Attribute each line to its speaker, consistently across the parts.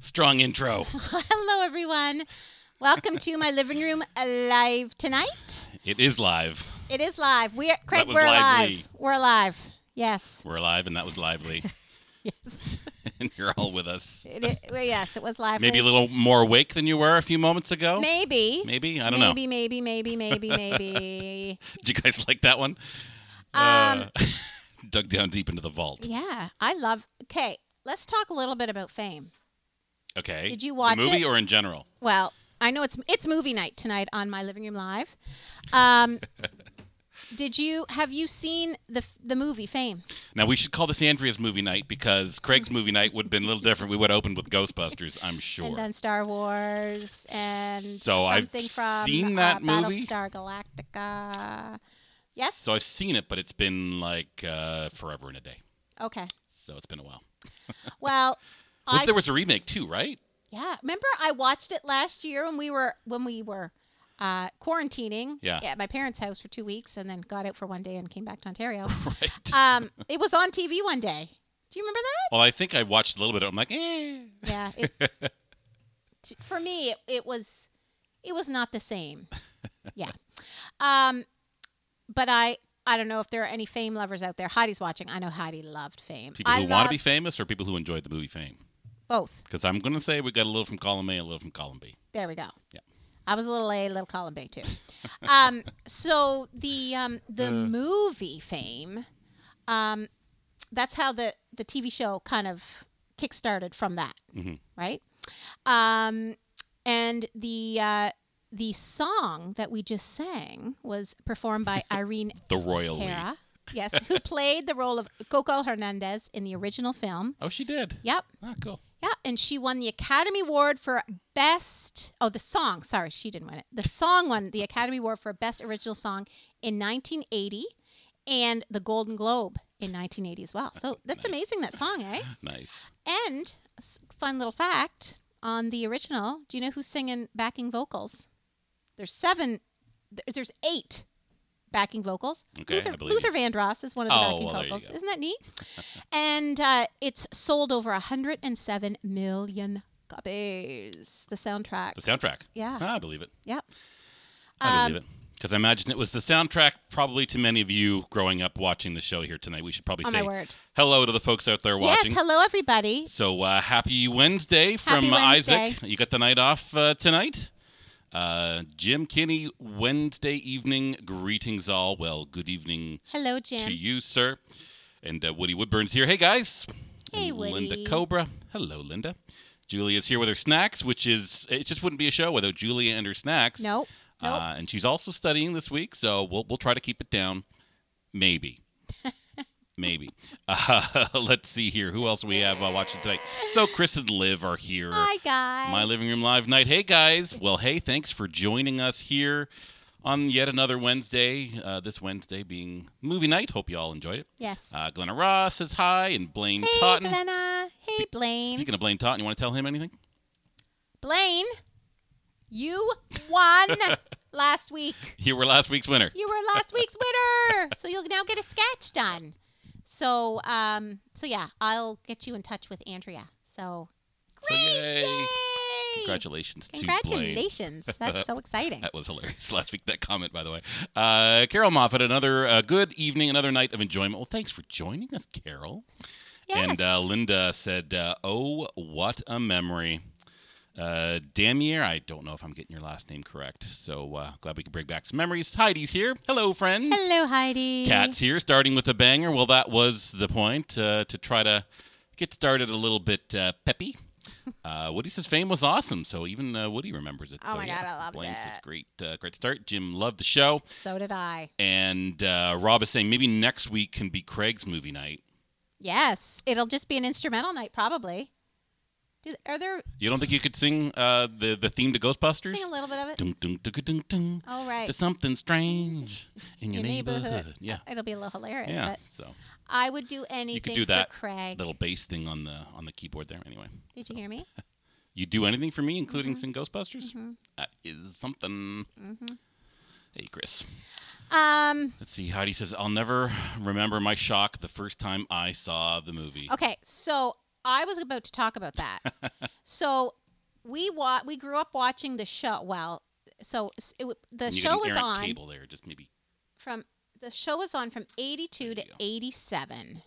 Speaker 1: strong intro.
Speaker 2: Hello, everyone. Welcome to my living room live tonight.
Speaker 1: It is live.
Speaker 2: It is live. We are, Craig,
Speaker 1: That was
Speaker 2: we're
Speaker 1: lively.
Speaker 2: alive. We're alive. Yes.
Speaker 1: We're alive, and that was lively.
Speaker 2: Yes.
Speaker 1: and you're all with us.
Speaker 2: It, i- well, yes, it was live.
Speaker 1: Maybe a little more awake than you were a few moments ago.
Speaker 2: Maybe.
Speaker 1: Maybe? I don't know.
Speaker 2: maybe, maybe, maybe, maybe, maybe.
Speaker 1: Did you guys like that one? Uh.
Speaker 2: Um,
Speaker 1: Dug down deep into the vault.
Speaker 2: yeah, I love. Okay, let's talk a little bit about fame.
Speaker 1: Okay.
Speaker 2: Did you watch
Speaker 1: the movie
Speaker 2: it?
Speaker 1: or in general?
Speaker 2: Well, I know it's it's movie night tonight on my living room live. Um, did you have you seen the f- the movie Fame?
Speaker 1: Now we should call this Andrea's movie night because Craig's movie night would have been a little different. We would have opened with Ghostbusters, I'm sure.
Speaker 2: and then Star Wars and
Speaker 1: So I've
Speaker 2: something from
Speaker 1: seen that
Speaker 2: uh,
Speaker 1: movie.
Speaker 2: Battlestar Galactica. Yes.
Speaker 1: So I've seen it, but it's been like uh, forever and a day.
Speaker 2: Okay.
Speaker 1: So it's been a while.
Speaker 2: Well,
Speaker 1: Well,
Speaker 2: I
Speaker 1: there was a remake too, right?
Speaker 2: yeah. Remember, I watched it last year when we were when we were uh, quarantining.
Speaker 1: Yeah.
Speaker 2: At my parents' house for two weeks, and then got out for one day and came back to Ontario.
Speaker 1: Right.
Speaker 2: um, it was on TV one day. Do you remember that?
Speaker 1: Well, I think I watched a little bit. of it. I'm like, eh.
Speaker 2: Yeah. It, t- for me, it, it was it was not the same. Yeah. Um, but I I don't know if there are any fame lovers out there. Heidi's watching. I know Heidi loved fame.
Speaker 1: People
Speaker 2: I
Speaker 1: who want to be
Speaker 2: loved
Speaker 1: famous or people who enjoyed the movie Fame?
Speaker 2: both.
Speaker 1: Because I'm going to say we got a little from column A, a little from column B.
Speaker 2: There we go.
Speaker 1: Yeah.
Speaker 2: I was a little A, a little column B too. um, so the um, the movie fame, um, that's how the the TV show kind of kickstarted from that, right? Um, and the uh, the song that we just sang was performed by Irene
Speaker 1: The Royal We.
Speaker 2: Cara, yes, who played the role of Coco Hernandez in the original film.
Speaker 1: Oh, she did.
Speaker 2: Yep.
Speaker 1: Ah, cool.
Speaker 2: Yeah, and she won the Academy Award for Best. Oh, the song. Sorry, she didn't win it. The song won the Academy Award for Best Original Song in 1980 and the Golden Globe in 1980 as well. So that's amazing, that song, eh?
Speaker 1: Nice.
Speaker 2: And s- fun little fact on the original, do you know who's singing backing vocals? There's seven, th- there's eight backing vocals.
Speaker 1: Okay,
Speaker 2: Luther,
Speaker 1: I believe
Speaker 2: Luther
Speaker 1: you.
Speaker 2: Vandross is one of the
Speaker 1: Oh,
Speaker 2: backing
Speaker 1: well, there you
Speaker 2: vocals.
Speaker 1: go.
Speaker 2: Isn't that neat? and uh, it's sold over 107 million copies, the soundtrack.
Speaker 1: The soundtrack.
Speaker 2: Yeah. Um,
Speaker 1: Ah, I believe it.
Speaker 2: yep.
Speaker 1: I believe it. Because I imagine it was the soundtrack probably to many of you growing up watching the show here tonight. We should probably
Speaker 2: Oh, my
Speaker 1: say
Speaker 2: word.
Speaker 1: hello to the folks out there watching.
Speaker 2: Yes, hello, everybody.
Speaker 1: So uh, happy Wednesday from
Speaker 2: Happy
Speaker 1: uh,
Speaker 2: Wednesday.
Speaker 1: Isaac. You got the night off uh, tonight. Uh, Jim Kinney, Wednesday evening. Greetings all. Well, good evening
Speaker 2: Hello, Jim.
Speaker 1: to you, sir. And uh, Woody Woodburn's here. Hey, guys.
Speaker 2: Hey,
Speaker 1: And
Speaker 2: Woody.
Speaker 1: Linda Cobra. Hello, Linda. Julia's here with her snacks, which is, it just wouldn't be a show without Julia and her snacks.
Speaker 2: Nope. Nope.
Speaker 1: Uh, and she's also studying this week, so we'll, we'll try to keep it down. Maybe. Maybe. Uh, let's see here. Who else we have uh, watching tonight? So Chris and Liv are here.
Speaker 2: Hi, guys.
Speaker 1: My Living Room Live night. Hey, guys. Well, hey, thanks for joining us here on yet another Wednesday. Uh, this Wednesday being movie night. Hope you all enjoyed it.
Speaker 2: Yes.
Speaker 1: Uh, Glenna Ross says hi, and Blaine
Speaker 2: hey,
Speaker 1: Totten.
Speaker 2: Glenna. Hey, Blaine.
Speaker 1: Speaking of Blaine Totten, you want to tell him anything?
Speaker 2: Blaine, you won last week.
Speaker 1: You were last week's winner.
Speaker 2: You were last week's winner, so you'll now get a sketch done. So, um, so yeah, I'll get you in touch with Andrea. So,
Speaker 1: So, yay.
Speaker 2: yay!
Speaker 1: Congratulations, to Blaine.
Speaker 2: Congratulations! That's so exciting.
Speaker 1: That was hilarious last week. That comment, by the way. Uh, Carol Moffat, another uh, good evening, another night of enjoyment. Well, thanks for joining us, Carol.
Speaker 2: Yes.
Speaker 1: And uh, Linda said, uh, "Oh, what a memory." Uh, Damier, I don't know if I'm getting your last name correct, so uh, glad we could bring back some memories. Heidi's here. Hello, friends.
Speaker 2: Hello, Heidi.
Speaker 1: Cat's here, starting with a banger. Well, that was the point uh, to try to get started a little bit uh, peppy. Uh, Woody says fame was awesome, so even uh, Woody remembers it.
Speaker 2: Oh
Speaker 1: so,
Speaker 2: my
Speaker 1: yeah,
Speaker 2: God, I loved
Speaker 1: Blaine says
Speaker 2: it.
Speaker 1: great, uh, great start. Jim loved the show,
Speaker 2: So did I.
Speaker 1: and uh, Rob is saying maybe next week can be Craig's movie night.
Speaker 2: Yes, it'll just be an instrumental night, probably. Do, are there
Speaker 1: You don't think you could sing uh, the the theme to Ghostbusters?
Speaker 2: sing a little bit of it?
Speaker 1: Dun, dun, dun, dun, dun.
Speaker 2: All right.
Speaker 1: There's something strange in your,
Speaker 2: Your neighborhood.
Speaker 1: neighborhood. Yeah,
Speaker 2: It'll be a little hilarious,
Speaker 1: yeah.
Speaker 2: but
Speaker 1: So
Speaker 2: I would do
Speaker 1: you
Speaker 2: anything
Speaker 1: could do that
Speaker 2: for Craig.
Speaker 1: little bass thing on the on the keyboard there. Anyway.
Speaker 2: Did you hear me?
Speaker 1: You do anything for me, including
Speaker 2: Mm-hmm.
Speaker 1: sing Ghostbusters? That is something. Hey, Chris.
Speaker 2: Mm-hmm. Um.
Speaker 1: Let's see. Heidi says, I'll never remember my shock the first time I saw the movie.
Speaker 2: Okay, so I was about to talk about that. so we wa- we grew up watching the show. Well, so s- it, w- the
Speaker 1: And you got
Speaker 2: show
Speaker 1: an
Speaker 2: was
Speaker 1: errant
Speaker 2: on
Speaker 1: cable there, just maybe.
Speaker 2: from the show was on from 82 to
Speaker 1: There you go.
Speaker 2: 87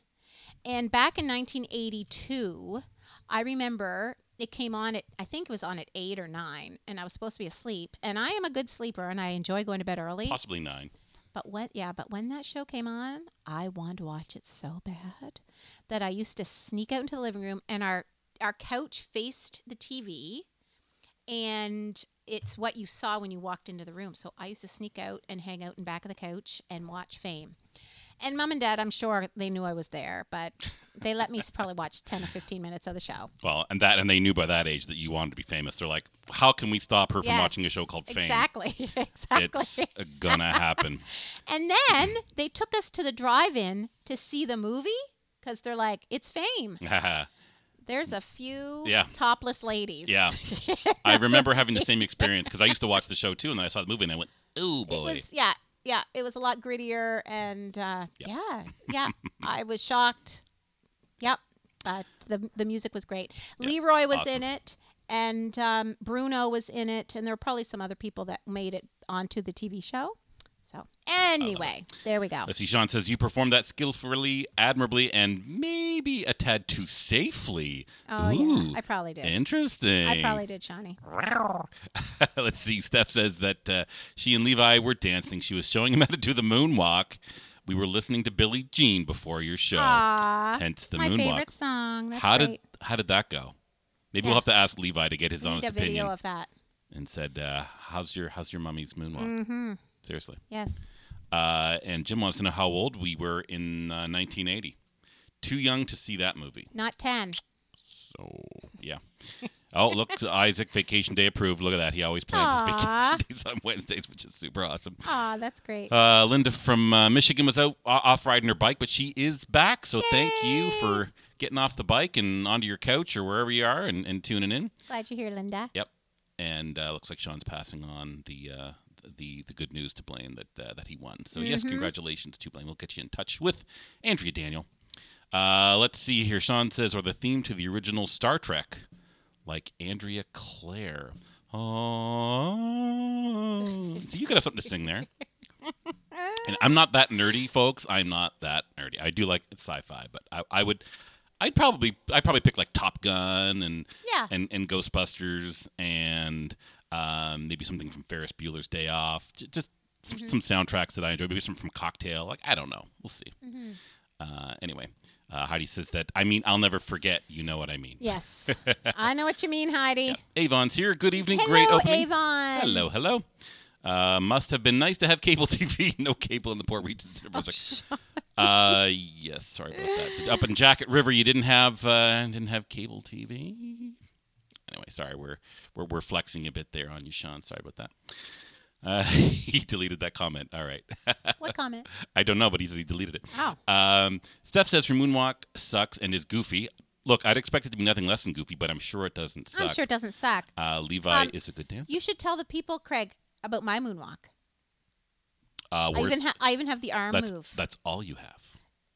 Speaker 2: and back in 1982 i remember it came on at i think it was on at 8 or 9 and i was supposed to be asleep and i am a good sleeper and i enjoy going to bed early
Speaker 1: Possibly nine.
Speaker 2: but when yeah but when that show came on i wanted to watch it so bad that i used to sneak out into the living room and our our couch faced the tv and it's what you saw when you walked into the room. So I used to sneak out and hang out in back of the couch and watch Fame. And mom and dad, I'm sure they knew I was there, but they let me s- probably watch 10 or 15 minutes of the show.
Speaker 1: Well, and that, and they knew by that age that you wanted to be famous. They're like, how can we stop her from
Speaker 2: Yes,
Speaker 1: watching a show called Fame?
Speaker 2: Exactly. Exactly.
Speaker 1: It's gonna happen.
Speaker 2: And then they took us to the drive-in to see the movie because they're like, it's Fame.
Speaker 1: Haha.
Speaker 2: There's a few
Speaker 1: Yeah.
Speaker 2: topless ladies.
Speaker 1: Yeah. I remember having the same experience because I used to watch the show too, and then I saw the movie and I went, "Oh
Speaker 2: it
Speaker 1: boy!"
Speaker 2: was yeah yeah it was a lot grittier and uh,
Speaker 1: Yeah.
Speaker 2: yeah yeah i was shocked yep but the, the music was great
Speaker 1: Yeah,
Speaker 2: leroy was
Speaker 1: awesome.
Speaker 2: in it and um, bruno was in it and there were probably some other people that made it onto the tv show so anyway there we go
Speaker 1: Let's see. Sean says you performed that skillfully, admirably, and maybe a tad too safely.
Speaker 2: oh
Speaker 1: Ooh,
Speaker 2: yeah i probably did
Speaker 1: interesting.
Speaker 2: i probably did shawnee
Speaker 1: Let's see. Steph says that uh, she and Levi were dancing. She was showing him how to do the moonwalk. We were listening to Billie Jean before your show,
Speaker 2: Aw,
Speaker 1: hence the
Speaker 2: my
Speaker 1: moonwalk.
Speaker 2: favorite song that's
Speaker 1: how did
Speaker 2: great.
Speaker 1: how did that go? Maybe
Speaker 2: Yeah.
Speaker 1: we'll have to ask Levi to get his
Speaker 2: we need
Speaker 1: honest
Speaker 2: a video
Speaker 1: opinion.
Speaker 2: of that
Speaker 1: and said, uh, "How's your how's your mummy's moonwalk?"
Speaker 2: mm-hmm
Speaker 1: Seriously.
Speaker 2: yes
Speaker 1: Uh, and Jim wants to know how old we were in uh, 1980. Too young to see that movie.
Speaker 2: not 10
Speaker 1: So yeah. Oh, look, so Isaac, vacation day approved. Look at that. He always plans his
Speaker 2: Aw.
Speaker 1: vacation days on Wednesdays, which is super awesome.
Speaker 2: Ah, that's great
Speaker 1: Uh, Linda from uh, Michigan was out o- off riding her bike, but she is back. So thank you
Speaker 2: Yay.
Speaker 1: for getting off the bike and onto your couch or wherever you are and, and tuning in.
Speaker 2: glad you're here linda
Speaker 1: Yep. And uh, looks like Sean's passing on the uh, the the good news to Blaine that uh, that he won. So yes,
Speaker 2: Mhm.
Speaker 1: congratulations to Blaine. We'll get you in touch with Andrea Daniel. Uh, let's see here. Sean says, or the theme to the original Star Trek, like Andrea Claire. Oh, so you could have something to sing there.
Speaker 2: Uh,
Speaker 1: And I'm not that nerdy, folks. I'm not that nerdy. I do like sci-fi, but I, I would, I'd probably, I'd probably pick like Top Gun and
Speaker 2: Yeah.
Speaker 1: and, and Ghostbusters and um, maybe something from Ferris Bueller's Day Off. J- Just s-
Speaker 2: Mm-hmm.
Speaker 1: some soundtracks that I enjoy. Maybe some from Cocktail. Like I don't know. We'll see.
Speaker 2: Mm-hmm.
Speaker 1: Uh, anyway, uh, Heidi says that I mean I'll never forget. You know what I mean.
Speaker 2: Yes. I know what you mean, Heidi.
Speaker 1: Avon's here. Good evening.
Speaker 2: Hello,
Speaker 1: Great opening.
Speaker 2: Avon. Oh,
Speaker 1: Hello, hello. Uh, must have been nice to have cable TV. no cable in the poor regions of Brunswick. uh, yes, sorry about that. So up in Jacket River, you didn't have uh, didn't have cable TV. Anyway, sorry, we're we're, we're flexing a bit there on you, Sean. Sorry about that. Uh, he deleted that comment. All right,
Speaker 2: What comment?
Speaker 1: I don't know, but he said he deleted it.
Speaker 2: Oh.
Speaker 1: Um, Steph says her moonwalk sucks and is goofy. Look, I'd expect it to be nothing less than goofy, but I'm sure it doesn't suck.
Speaker 2: I'm sure it doesn't suck.
Speaker 1: uh, Levi
Speaker 2: Um,
Speaker 1: is a good dancer.
Speaker 2: You should tell the people, Craig, about my moonwalk.
Speaker 1: uh,
Speaker 2: I
Speaker 1: worth-
Speaker 2: even ha- I even have the arm
Speaker 1: that's
Speaker 2: move.
Speaker 1: that's all you have.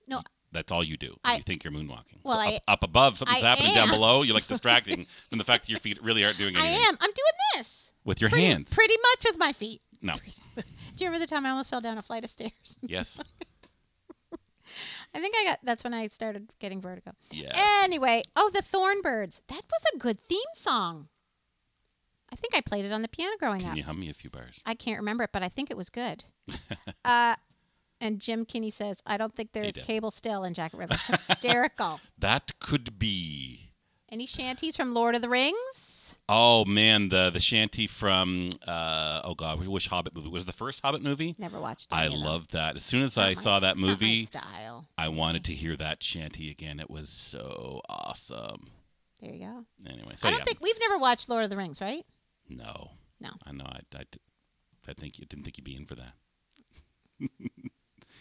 Speaker 2: No.
Speaker 1: You- that's all you do.
Speaker 2: I-
Speaker 1: when you think you're moonwalking.
Speaker 2: Well,
Speaker 1: up,
Speaker 2: I-
Speaker 1: up above, something's
Speaker 2: I
Speaker 1: happening down
Speaker 2: am.
Speaker 1: below. You're like distracting from the fact that your feet really aren't doing
Speaker 2: I
Speaker 1: anything
Speaker 2: am. I'm doing this.
Speaker 1: with your
Speaker 2: Pretty,
Speaker 1: hands.
Speaker 2: pretty much with my feet.
Speaker 1: no.
Speaker 2: Do you remember the time I almost fell down a flight of stairs?
Speaker 1: Yes.
Speaker 2: I think I got that's when I started getting vertigo.
Speaker 1: Yeah.
Speaker 2: Anyway, oh the Thornbirds. That was a good theme song. I think I played it on the piano growing
Speaker 1: Can
Speaker 2: up.
Speaker 1: you hum me a few bars?
Speaker 2: I can't remember it, but I think it was good. uh, and Jim Kinney says, I don't think there
Speaker 1: He
Speaker 2: is
Speaker 1: did.
Speaker 2: cable still in Jacket River. Hysterical.
Speaker 1: That could be.
Speaker 2: Any shanties from Lord of the Rings?
Speaker 1: Oh man, the the shanty from uh, oh god, which Hobbit movie was it the first Hobbit movie?
Speaker 2: Never watched.
Speaker 1: I
Speaker 2: any of them.
Speaker 1: loved that. As soon as
Speaker 2: Not
Speaker 1: I
Speaker 2: my-
Speaker 1: saw that
Speaker 2: it's not my
Speaker 1: movie,
Speaker 2: style.
Speaker 1: I wanted to hear that shanty again. It was so awesome.
Speaker 2: There you go.
Speaker 1: Anyway, so
Speaker 2: I don't
Speaker 1: yeah.
Speaker 2: think we've never watched Lord of the Rings, right?
Speaker 1: No.
Speaker 2: No.
Speaker 1: I know. I, I, d- I think you didn't think you'd be in for that.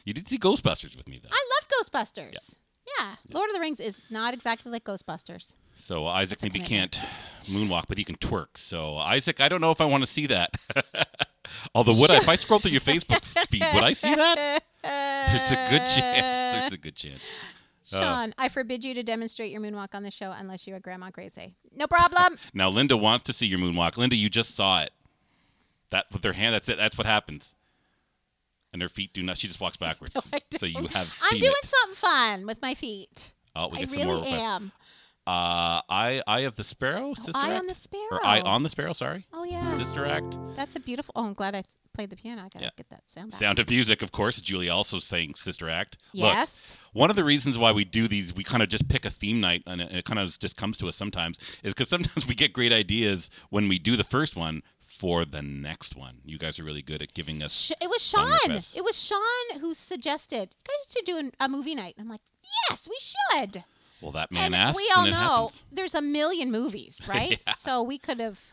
Speaker 1: you did see Ghostbusters with me though.
Speaker 2: I love Ghostbusters. Yeah. Lord of the Rings is not exactly like Ghostbusters.
Speaker 1: so Isaac
Speaker 2: a
Speaker 1: maybe
Speaker 2: commitment.
Speaker 1: can't moonwalk, but he can twerk. So Isaac, I don't know if I want to see that. Although would I, if I scroll through your Facebook feed, would I see that? There's a good chance. There's a good chance.
Speaker 2: Sean, I forbid you to demonstrate your moonwalk on the show unless you are Grandma Crazy. No problem.
Speaker 1: Now Linda wants to see your moonwalk. Linda, you just saw it. That with her hand. That's it. That's what happens. And her feet do not. She just walks backwards.
Speaker 2: I
Speaker 1: so you
Speaker 2: don't.
Speaker 1: have
Speaker 2: I'm
Speaker 1: seen
Speaker 2: doing
Speaker 1: it.
Speaker 2: something fun with my feet.
Speaker 1: Oh, we
Speaker 2: I
Speaker 1: get some more
Speaker 2: really
Speaker 1: requests.
Speaker 2: am.
Speaker 1: Uh, I, I of the Sparrow, Sister
Speaker 2: Eye
Speaker 1: Act,
Speaker 2: Oh, on the Sparrow.
Speaker 1: or I on the Sparrow. Sorry.
Speaker 2: Oh, yeah.
Speaker 1: Sister Act.
Speaker 2: That's a beautiful. Oh, I'm glad I played the piano. I gotta
Speaker 1: Yeah.
Speaker 2: get that sound back.
Speaker 1: Sound of Music, of course. Julie also sang Sister Act. Look,
Speaker 2: yes.
Speaker 1: one of the reasons why we do these, we kind of just pick a theme night, and it, and it kind of just comes to us sometimes, is because sometimes we get great ideas when we do the first one for the next one. You guys are really good at giving us.
Speaker 2: Sh- it was
Speaker 1: Song
Speaker 2: Sean.
Speaker 1: requests.
Speaker 2: It was Sean who suggested guys to do an, a movie night. And I'm like, yes, we should.
Speaker 1: Well, that man
Speaker 2: and
Speaker 1: asks,
Speaker 2: we all
Speaker 1: and it
Speaker 2: know
Speaker 1: happens.
Speaker 2: there's a million movies, right? So we could have.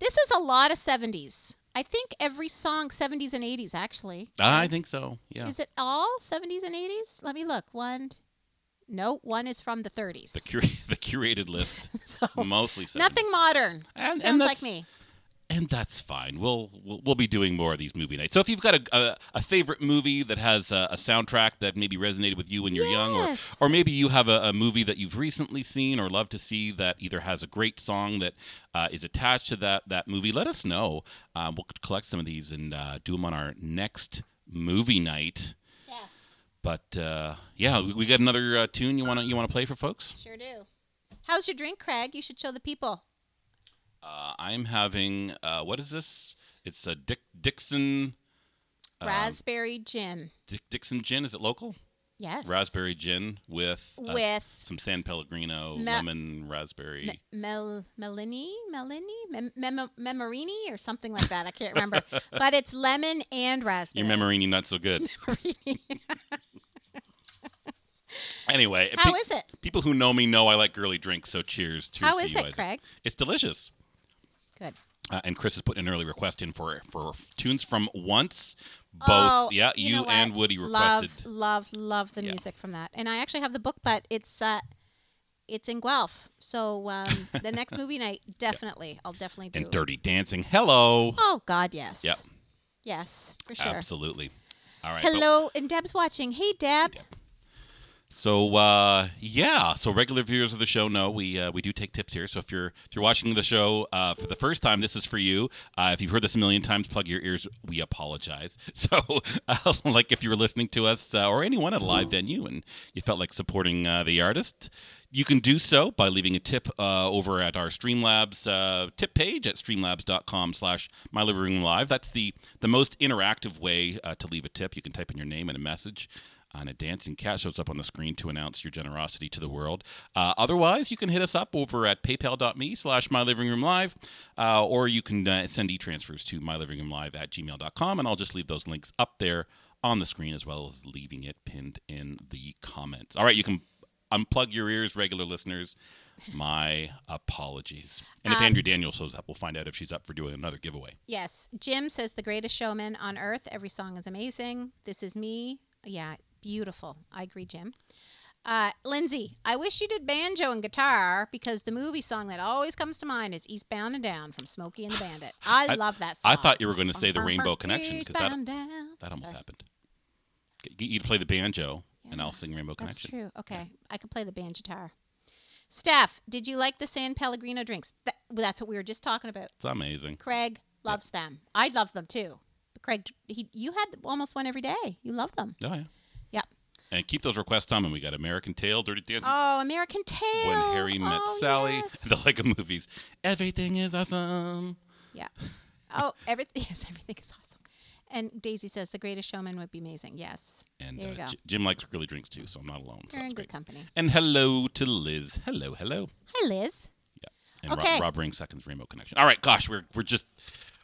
Speaker 2: This is a lot of 70s. I think every song 70s and 80s actually.
Speaker 1: I think so. Yeah.
Speaker 2: Is it all 70s and 80s? Let me look. One. No, one is from the 30s.
Speaker 1: the, cura- the curated list,
Speaker 2: so
Speaker 1: mostly. 70s.
Speaker 2: nothing modern.
Speaker 1: And- and
Speaker 2: Sounds like
Speaker 1: that's-
Speaker 2: me.
Speaker 1: and that's fine. We'll, we'll we'll be doing more of these movie nights. So if you've got a a, a favorite movie that has a, a soundtrack that maybe resonated with you when you're young,
Speaker 2: Yes.
Speaker 1: or or maybe you have a, a movie that you've recently seen or love to see that either has a great song that uh, is attached to that that movie, let us know. Uh, we'll collect some of these and uh, do them on our next movie night.
Speaker 2: Yes,
Speaker 1: But uh, yeah, we, we got another uh, tune you wanna you wanna play for folks.
Speaker 2: sure do. How's your drink, Craig? You should show the people.
Speaker 1: Uh, I'm having uh, what is this? It's a Dick Dixon. um,
Speaker 2: Raspberry gin.
Speaker 1: Dick Dixon gin. Is it local?
Speaker 2: Yes.
Speaker 1: Raspberry gin with uh,
Speaker 2: With
Speaker 1: some San Pellegrino
Speaker 2: Ma-
Speaker 1: lemon raspberry.
Speaker 2: Me- Mel Melini Melini Mem- Mem- Memorini or something like that. I can't remember, but it's lemon and raspberry.
Speaker 1: Your memorini not so good. anyway,
Speaker 2: How
Speaker 1: pe-
Speaker 2: is it?
Speaker 1: people who know me know I like girly drinks, so cheers. cheers
Speaker 2: How
Speaker 1: to
Speaker 2: is
Speaker 1: you,
Speaker 2: it,
Speaker 1: Isaac.
Speaker 2: Craig?
Speaker 1: It's delicious.
Speaker 2: Good.
Speaker 1: Uh, and Chris has put an early request in for for tunes from Once, both.
Speaker 2: Oh,
Speaker 1: yeah,
Speaker 2: you, know what?
Speaker 1: and Woody
Speaker 2: love,
Speaker 1: requested.
Speaker 2: Love, love the
Speaker 1: Yeah.
Speaker 2: music from that, and I actually have the book, but it's uh, it's in Guelph. So um, the next movie night, definitely, I'll definitely do.
Speaker 1: and Dirty Dancing. Hello.
Speaker 2: Oh God, yes.
Speaker 1: Yep.
Speaker 2: Yes, for sure.
Speaker 1: Absolutely. All right. but-
Speaker 2: Hello, and Deb's watching. Hey, Deb.
Speaker 1: So uh, yeah, so regular viewers of the show know we uh, we do take tips here. So if you're if you're watching the show uh, for the first time, this is for you. Uh, if you've heard this a million times, plug your ears. We apologize. So uh, like if you were listening to us uh, or anyone at a live venue and you felt like supporting uh, the artist, you can do so by leaving a tip uh, over at our Streamlabs uh, tip page at streamlabs.com slash my living room live. That's the the most interactive way uh, to leave a tip. You can type in your name and a message on a dancing cat shows up on the screen to announce your generosity to the world. Uh, otherwise, you can hit us up over at paypal.me slash my living room live, uh, or you can uh, send e-transfers to my living room live at gmail.com, and I'll just leave those links up there on the screen as well as leaving it pinned in the comments. All right, you can unplug your ears, regular listeners. My apologies. And if
Speaker 2: Um,
Speaker 1: Andrew Daniel shows up, we'll find out if she's up for doing another giveaway.
Speaker 2: Yes, Jim says the greatest showman on earth. Every song is amazing. This is me. Yeah, beautiful. I agree, Jim. Uh, Lindsay, I wish you did banjo and guitar because the movie song that always comes to mind is Eastbound and Down from Smokey and the Bandit. I,
Speaker 1: I-
Speaker 2: love that song. Uh-huh.
Speaker 1: I thought you were going to say the Rainbow Connection because that
Speaker 2: Eastbound Down.
Speaker 1: That almost
Speaker 2: Sorry.
Speaker 1: happened. Get- get You to play the banjo, and
Speaker 2: Yeah,
Speaker 1: I'll sing Rainbow
Speaker 2: That's
Speaker 1: Connection.
Speaker 2: true. Okay, I can play the banjo guitar. Steph, did you like the San Pellegrino drinks? That, that's what we were just talking about.
Speaker 1: It's amazing.
Speaker 2: Craig loves them. I love them too. But Craig, he, you had almost one every day. You love them.
Speaker 1: Oh yeah.
Speaker 2: Yep.
Speaker 1: And keep those requests coming. We got American Tail, Dirty Dancing,
Speaker 2: Oh, American Tail.
Speaker 1: When Harry Met
Speaker 2: Oh,
Speaker 1: Sally,
Speaker 2: yes.
Speaker 1: the Lego movies. Everything is awesome.
Speaker 2: yeah. Oh, everything. Yes, everything is awesome. And Daisy says the greatest showman would be amazing. Yes,
Speaker 1: And
Speaker 2: There you
Speaker 1: uh,
Speaker 2: go.
Speaker 1: J- Jim likes girly drinks too, so I'm not alone. So
Speaker 2: you're in
Speaker 1: that's
Speaker 2: good
Speaker 1: great.
Speaker 2: company.
Speaker 1: And hello to Liz. Hello, hello.
Speaker 2: Hi, Liz.
Speaker 1: And
Speaker 2: Okay.
Speaker 1: Rob, Rob Ring seconds Rainbow Connection. All right, gosh, we're we're just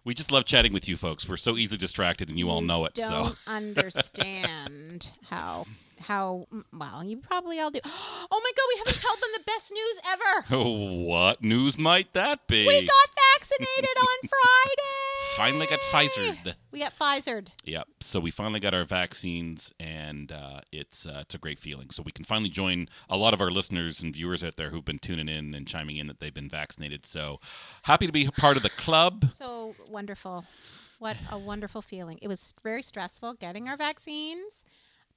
Speaker 1: we just love chatting with you folks. We're so easily distracted, and you, all know it.
Speaker 2: Don't
Speaker 1: So
Speaker 2: understand how how well you probably all do. Oh my God, we haven't told them the best news ever.
Speaker 1: what news might that be?
Speaker 2: We got vaccinated on Friday.
Speaker 1: Finally got Pfizer.
Speaker 2: We got Pfizered.
Speaker 1: Yep. So we finally got our vaccines, and uh, it's uh, it's a great feeling. So we can finally join a lot of our listeners and viewers out there who've been tuning in and chiming in that they've been vaccinated. So happy to be a part of the club.
Speaker 2: So wonderful. What a wonderful feeling. It was very stressful getting our vaccines,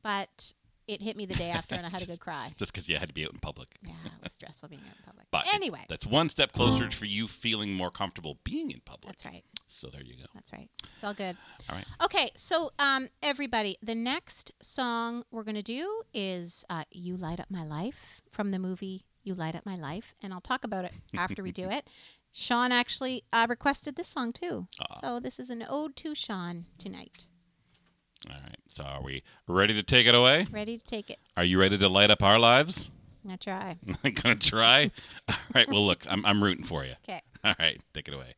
Speaker 2: but it hit me the day after, and I had a good cry.
Speaker 1: Just because you had to be out in public.
Speaker 2: Yeah, it was stressful being out in public.
Speaker 1: But it-
Speaker 2: anyway,
Speaker 1: that's one step closer for you feeling more comfortable being in public.
Speaker 2: that's right.
Speaker 1: So there you go.
Speaker 2: That's right. It's all good.
Speaker 1: All right.
Speaker 2: Okay, so um, everybody, the next song we're going to do is uh, You Light Up My Life from the movie You Light Up My Life. And I'll talk about it after we do it. Sean actually uh, requested this song too. So this is an ode to Sean tonight.
Speaker 1: All right. So are we ready to take it away?
Speaker 2: Ready to take it?
Speaker 1: Are you ready to light up our lives?
Speaker 2: Now try.
Speaker 1: I'm gonna try. All right. Well, look, I'm I'm rooting for you.
Speaker 2: Okay.
Speaker 1: All right. Take it away.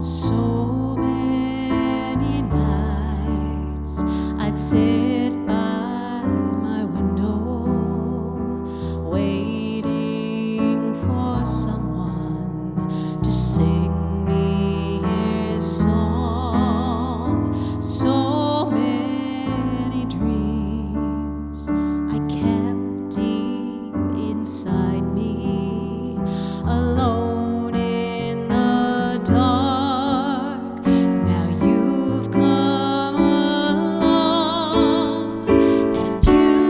Speaker 2: So many nights I'd sit by my window waiting for someone to sing me his song. So many dreams I kept deep inside me alone in the dark. Now you've come along and you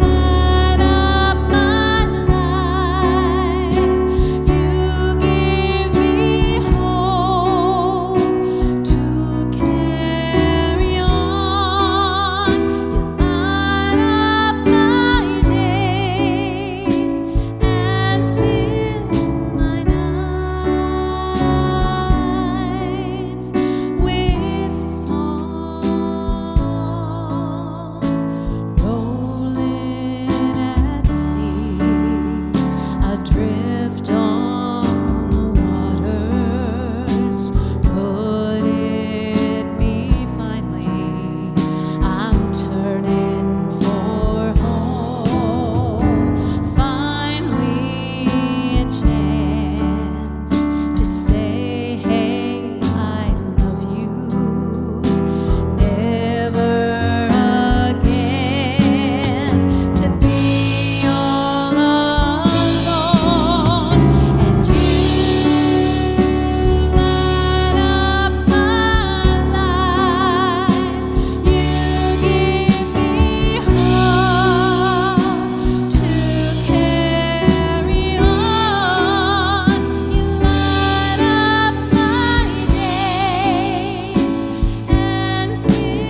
Speaker 2: light up my life. You give me hope to carry on. You light up my days and fill my nights with song. Rolling at sea, adrift on the waters. Could it be finally I'm turning for home? Finally a chance to say, Hey, I love you. Never again to be all alone, and you light up my life. You give me hope to carry on. You light up my days and fill my nights with song.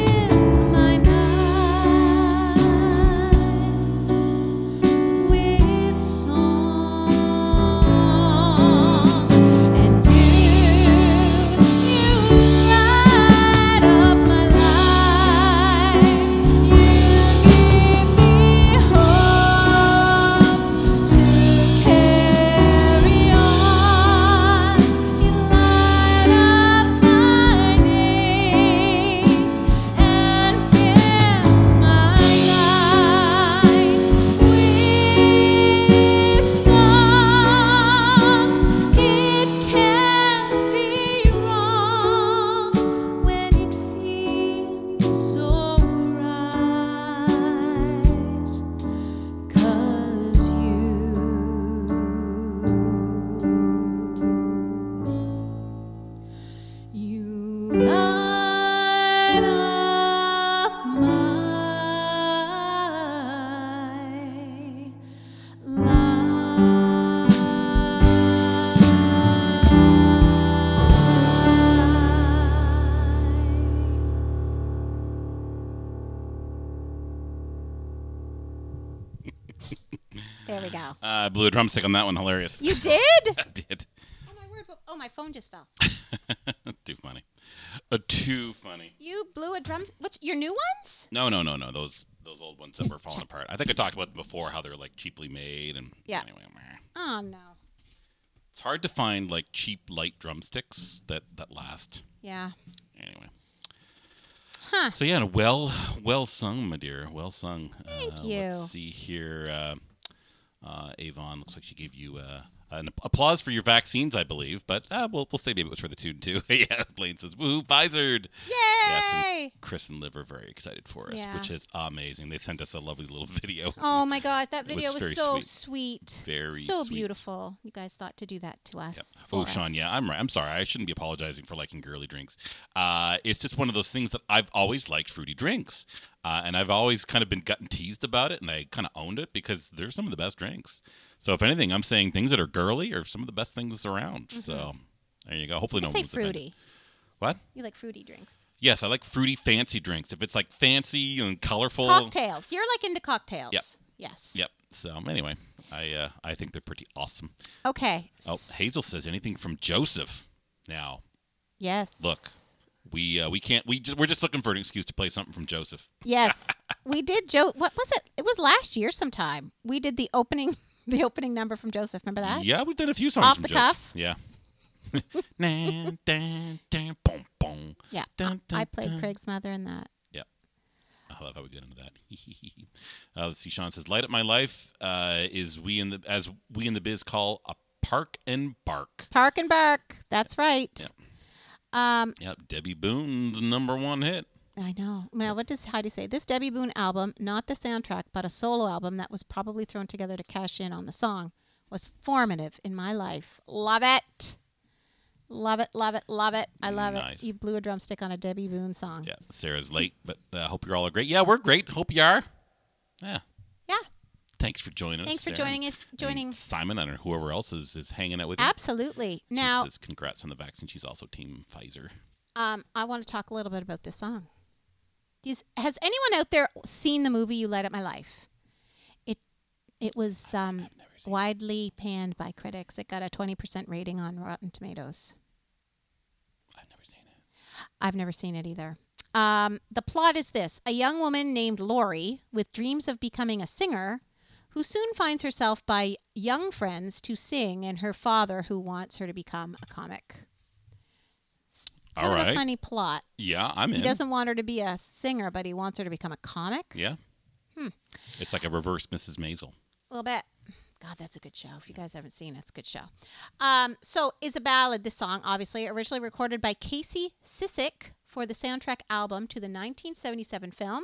Speaker 2: And you, you light up my life. You give me hope to carry on. You light up my days and fill my nights with song. It can't be wrong when it feels so right. 'Cause you, you light up my life. There we go.
Speaker 1: Uh, I blew a drumstick on that one. Hilarious.
Speaker 2: You did?
Speaker 1: I did.
Speaker 2: Oh my word! but- Oh, my phone just fell.
Speaker 1: Too funny. Uh, too funny.
Speaker 2: You blew a drum. Which your new ones?
Speaker 1: No, no, no, no. Those those old ones that were falling apart. I think I talked about them before how they're like cheaply made and
Speaker 2: Yeah.
Speaker 1: Anyway, meh.
Speaker 2: Oh no.
Speaker 1: it's hard to find like cheap light drumsticks that that last.
Speaker 2: Yeah.
Speaker 1: Anyway.
Speaker 2: Huh.
Speaker 1: So yeah, and well, well sung, my dear. Well sung.
Speaker 2: Thank
Speaker 1: uh,
Speaker 2: you.
Speaker 1: Let's see here. Uh, uh, Avon looks like she gave you uh, an applause for your vaccines, I believe. But uh, we'll we'll say maybe it was for the tune too. yeah, Blaine says, "Woohoo, Pfizer!"
Speaker 2: Yay!
Speaker 1: Yes, and
Speaker 2: Yay!
Speaker 1: Chris and Liv are very excited for us,
Speaker 2: Yeah.
Speaker 1: which is amazing. They sent us a lovely little video.
Speaker 2: Oh my God, that
Speaker 1: was
Speaker 2: video was,
Speaker 1: very
Speaker 2: so
Speaker 1: sweet.
Speaker 2: sweet.
Speaker 1: Very
Speaker 2: so
Speaker 1: sweet.
Speaker 2: beautiful. You guys thought to do that to us.
Speaker 1: Yep.
Speaker 2: for
Speaker 1: Oh, Sean,
Speaker 2: us.
Speaker 1: yeah, I'm right. I'm sorry. I shouldn't be apologizing for liking girly drinks. Uh, it's just one of those things that I've always liked fruity drinks. Uh, and I've always kind of been gotten teased about it, and I kind of owned it because they're some of the best drinks. So, if anything, I'm saying things that are girly are some of the best things around. So, there you go. Hopefully, no
Speaker 2: Mm-hmm. I'd say
Speaker 1: one was offended.
Speaker 2: fruity.
Speaker 1: What?
Speaker 2: You like fruity drinks.
Speaker 1: Yes, I like fruity, fancy drinks. If it's like fancy and colorful.
Speaker 2: Cocktails. You're like into cocktails.
Speaker 1: Oh. Yep.
Speaker 2: Yes.
Speaker 1: Yep. So, anyway, I uh, I think they're pretty awesome.
Speaker 2: Okay.
Speaker 1: Oh,
Speaker 2: S-
Speaker 1: Hazel says anything from Joseph. Now,
Speaker 2: Yes.
Speaker 1: Look. We uh, we can't we just we're just looking for an excuse to play something from Joseph.
Speaker 2: Yes. we did Joe what was it? It was last year sometime. We did the opening the opening number from Joseph. Remember that?
Speaker 1: Yeah, we've done a few songs
Speaker 2: Off
Speaker 1: from
Speaker 2: the
Speaker 1: Joseph.
Speaker 2: cuff?
Speaker 1: Yeah. Dun, dun, dun, boom, boom.
Speaker 2: Yeah.
Speaker 1: Dun, dun,
Speaker 2: I played
Speaker 1: dun.
Speaker 2: Craig's mother in that.
Speaker 1: Yeah. I love how we get into that. uh, let's see. Sean says, "Light up my life uh, is we in the as we in the biz call a park and bark."
Speaker 2: Park and Bark. That's right. Um,
Speaker 1: Yep. Debbie Boone's number one hit.
Speaker 2: I know. Now, what does Heidi say? This Debbie Boone album, not the soundtrack, but a solo album that was probably thrown together to cash in on the song, was formative in my life. Love it. Love it, love it, love it. I love
Speaker 1: Nice.
Speaker 2: it. You blew a drumstick on a Debbie Boone song.
Speaker 1: Yeah. Sarah's late, but I uh, hope you're all are great. Yeah, we're great. Hope you are. Yeah.
Speaker 2: Yeah.
Speaker 1: Thanks for joining us.
Speaker 2: Thanks for
Speaker 1: Sarah.
Speaker 2: joining us.
Speaker 1: And
Speaker 2: Joining.
Speaker 1: Simon and whoever else is, is hanging out with you.
Speaker 2: Absolutely.
Speaker 1: She
Speaker 2: Now,
Speaker 1: says congrats on the vaccine. She's also Team Pfizer.
Speaker 2: um, I want to talk a little bit about this song. Is- Has anyone out there seen the movie "You Light Up My Life"? It it was um,
Speaker 1: I've never seen
Speaker 2: widely panned by critics. It got a twenty percent rating on Rotten Tomatoes.
Speaker 1: it. I've never seen it.
Speaker 2: I've never seen it either. Um, the plot is this a young woman named Lori, with dreams of becoming a singer, who soon finds herself by young friends to sing, and her father, who wants her to become a comic. It's
Speaker 1: All
Speaker 2: kind of
Speaker 1: right.
Speaker 2: a funny plot.
Speaker 1: Yeah, I'm in.
Speaker 2: He doesn't want her to be a singer, but he wants her to become a comic.
Speaker 1: Yeah.
Speaker 2: Hmm.
Speaker 1: It's like a reverse Mrs. Maisel.
Speaker 2: A little bit. God, that's a good show. If you guys haven't seen it, it's a good show. Um, so, is a ballad. This song, obviously, originally recorded by Casey Sisick for the soundtrack album to the 1977 film.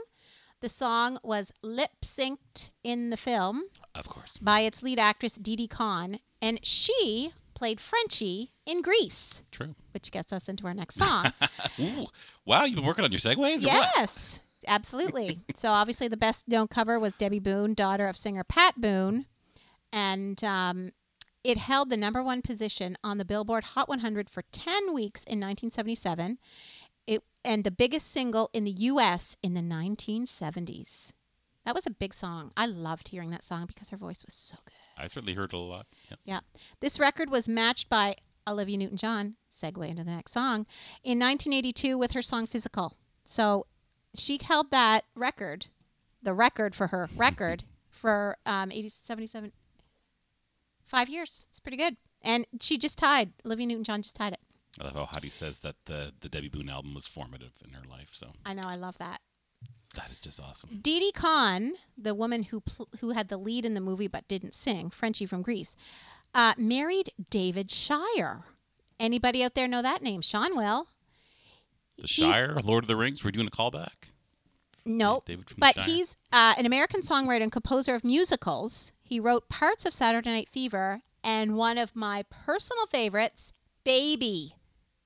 Speaker 2: The song was lip synced in the film
Speaker 1: Of course.
Speaker 2: by its lead actress Didi Khan, and she played Frenchie in Greece,
Speaker 1: True.
Speaker 2: which gets us into our next song.
Speaker 1: Ooh. Wow, you've been working on your segues? Or what?
Speaker 2: Yes, absolutely. so obviously, the best known cover was Debbie Boone, daughter of singer Pat Boone, and um, it held the number one position on the Billboard Hot 100 for ten weeks in 1977. It and the biggest single in the U.S. in the 1970s. That was a big song. I loved hearing that song because her voice was so good.
Speaker 1: I certainly heard it a lot. Yeah.
Speaker 2: Yeah. This record was matched by Olivia Newton John, segue into the next song, in 1982 with her song Physical. So she held that record, the record for her record for um, 80, 77, five years. It's pretty good. And she just tied, Olivia Newton John just tied it.
Speaker 1: I love how Heidi says that the, the Debbie Boone album was formative in her life. So
Speaker 2: I know, I love that.
Speaker 1: that is just awesome.
Speaker 2: Dee Dee Khan, the woman who pl- who had the lead in the movie but didn't sing, Frenchie from Greece, uh, married David Shire. Anybody out there know that name? Sean will.
Speaker 1: The
Speaker 2: He's-
Speaker 1: Shire, Lord of the Rings, we're doing a callback.
Speaker 2: No,
Speaker 1: David from the
Speaker 2: but
Speaker 1: Shire.
Speaker 2: he's uh, an American songwriter and composer of musicals. He wrote parts of Saturday Night Fever and one of my personal favorites, Baby,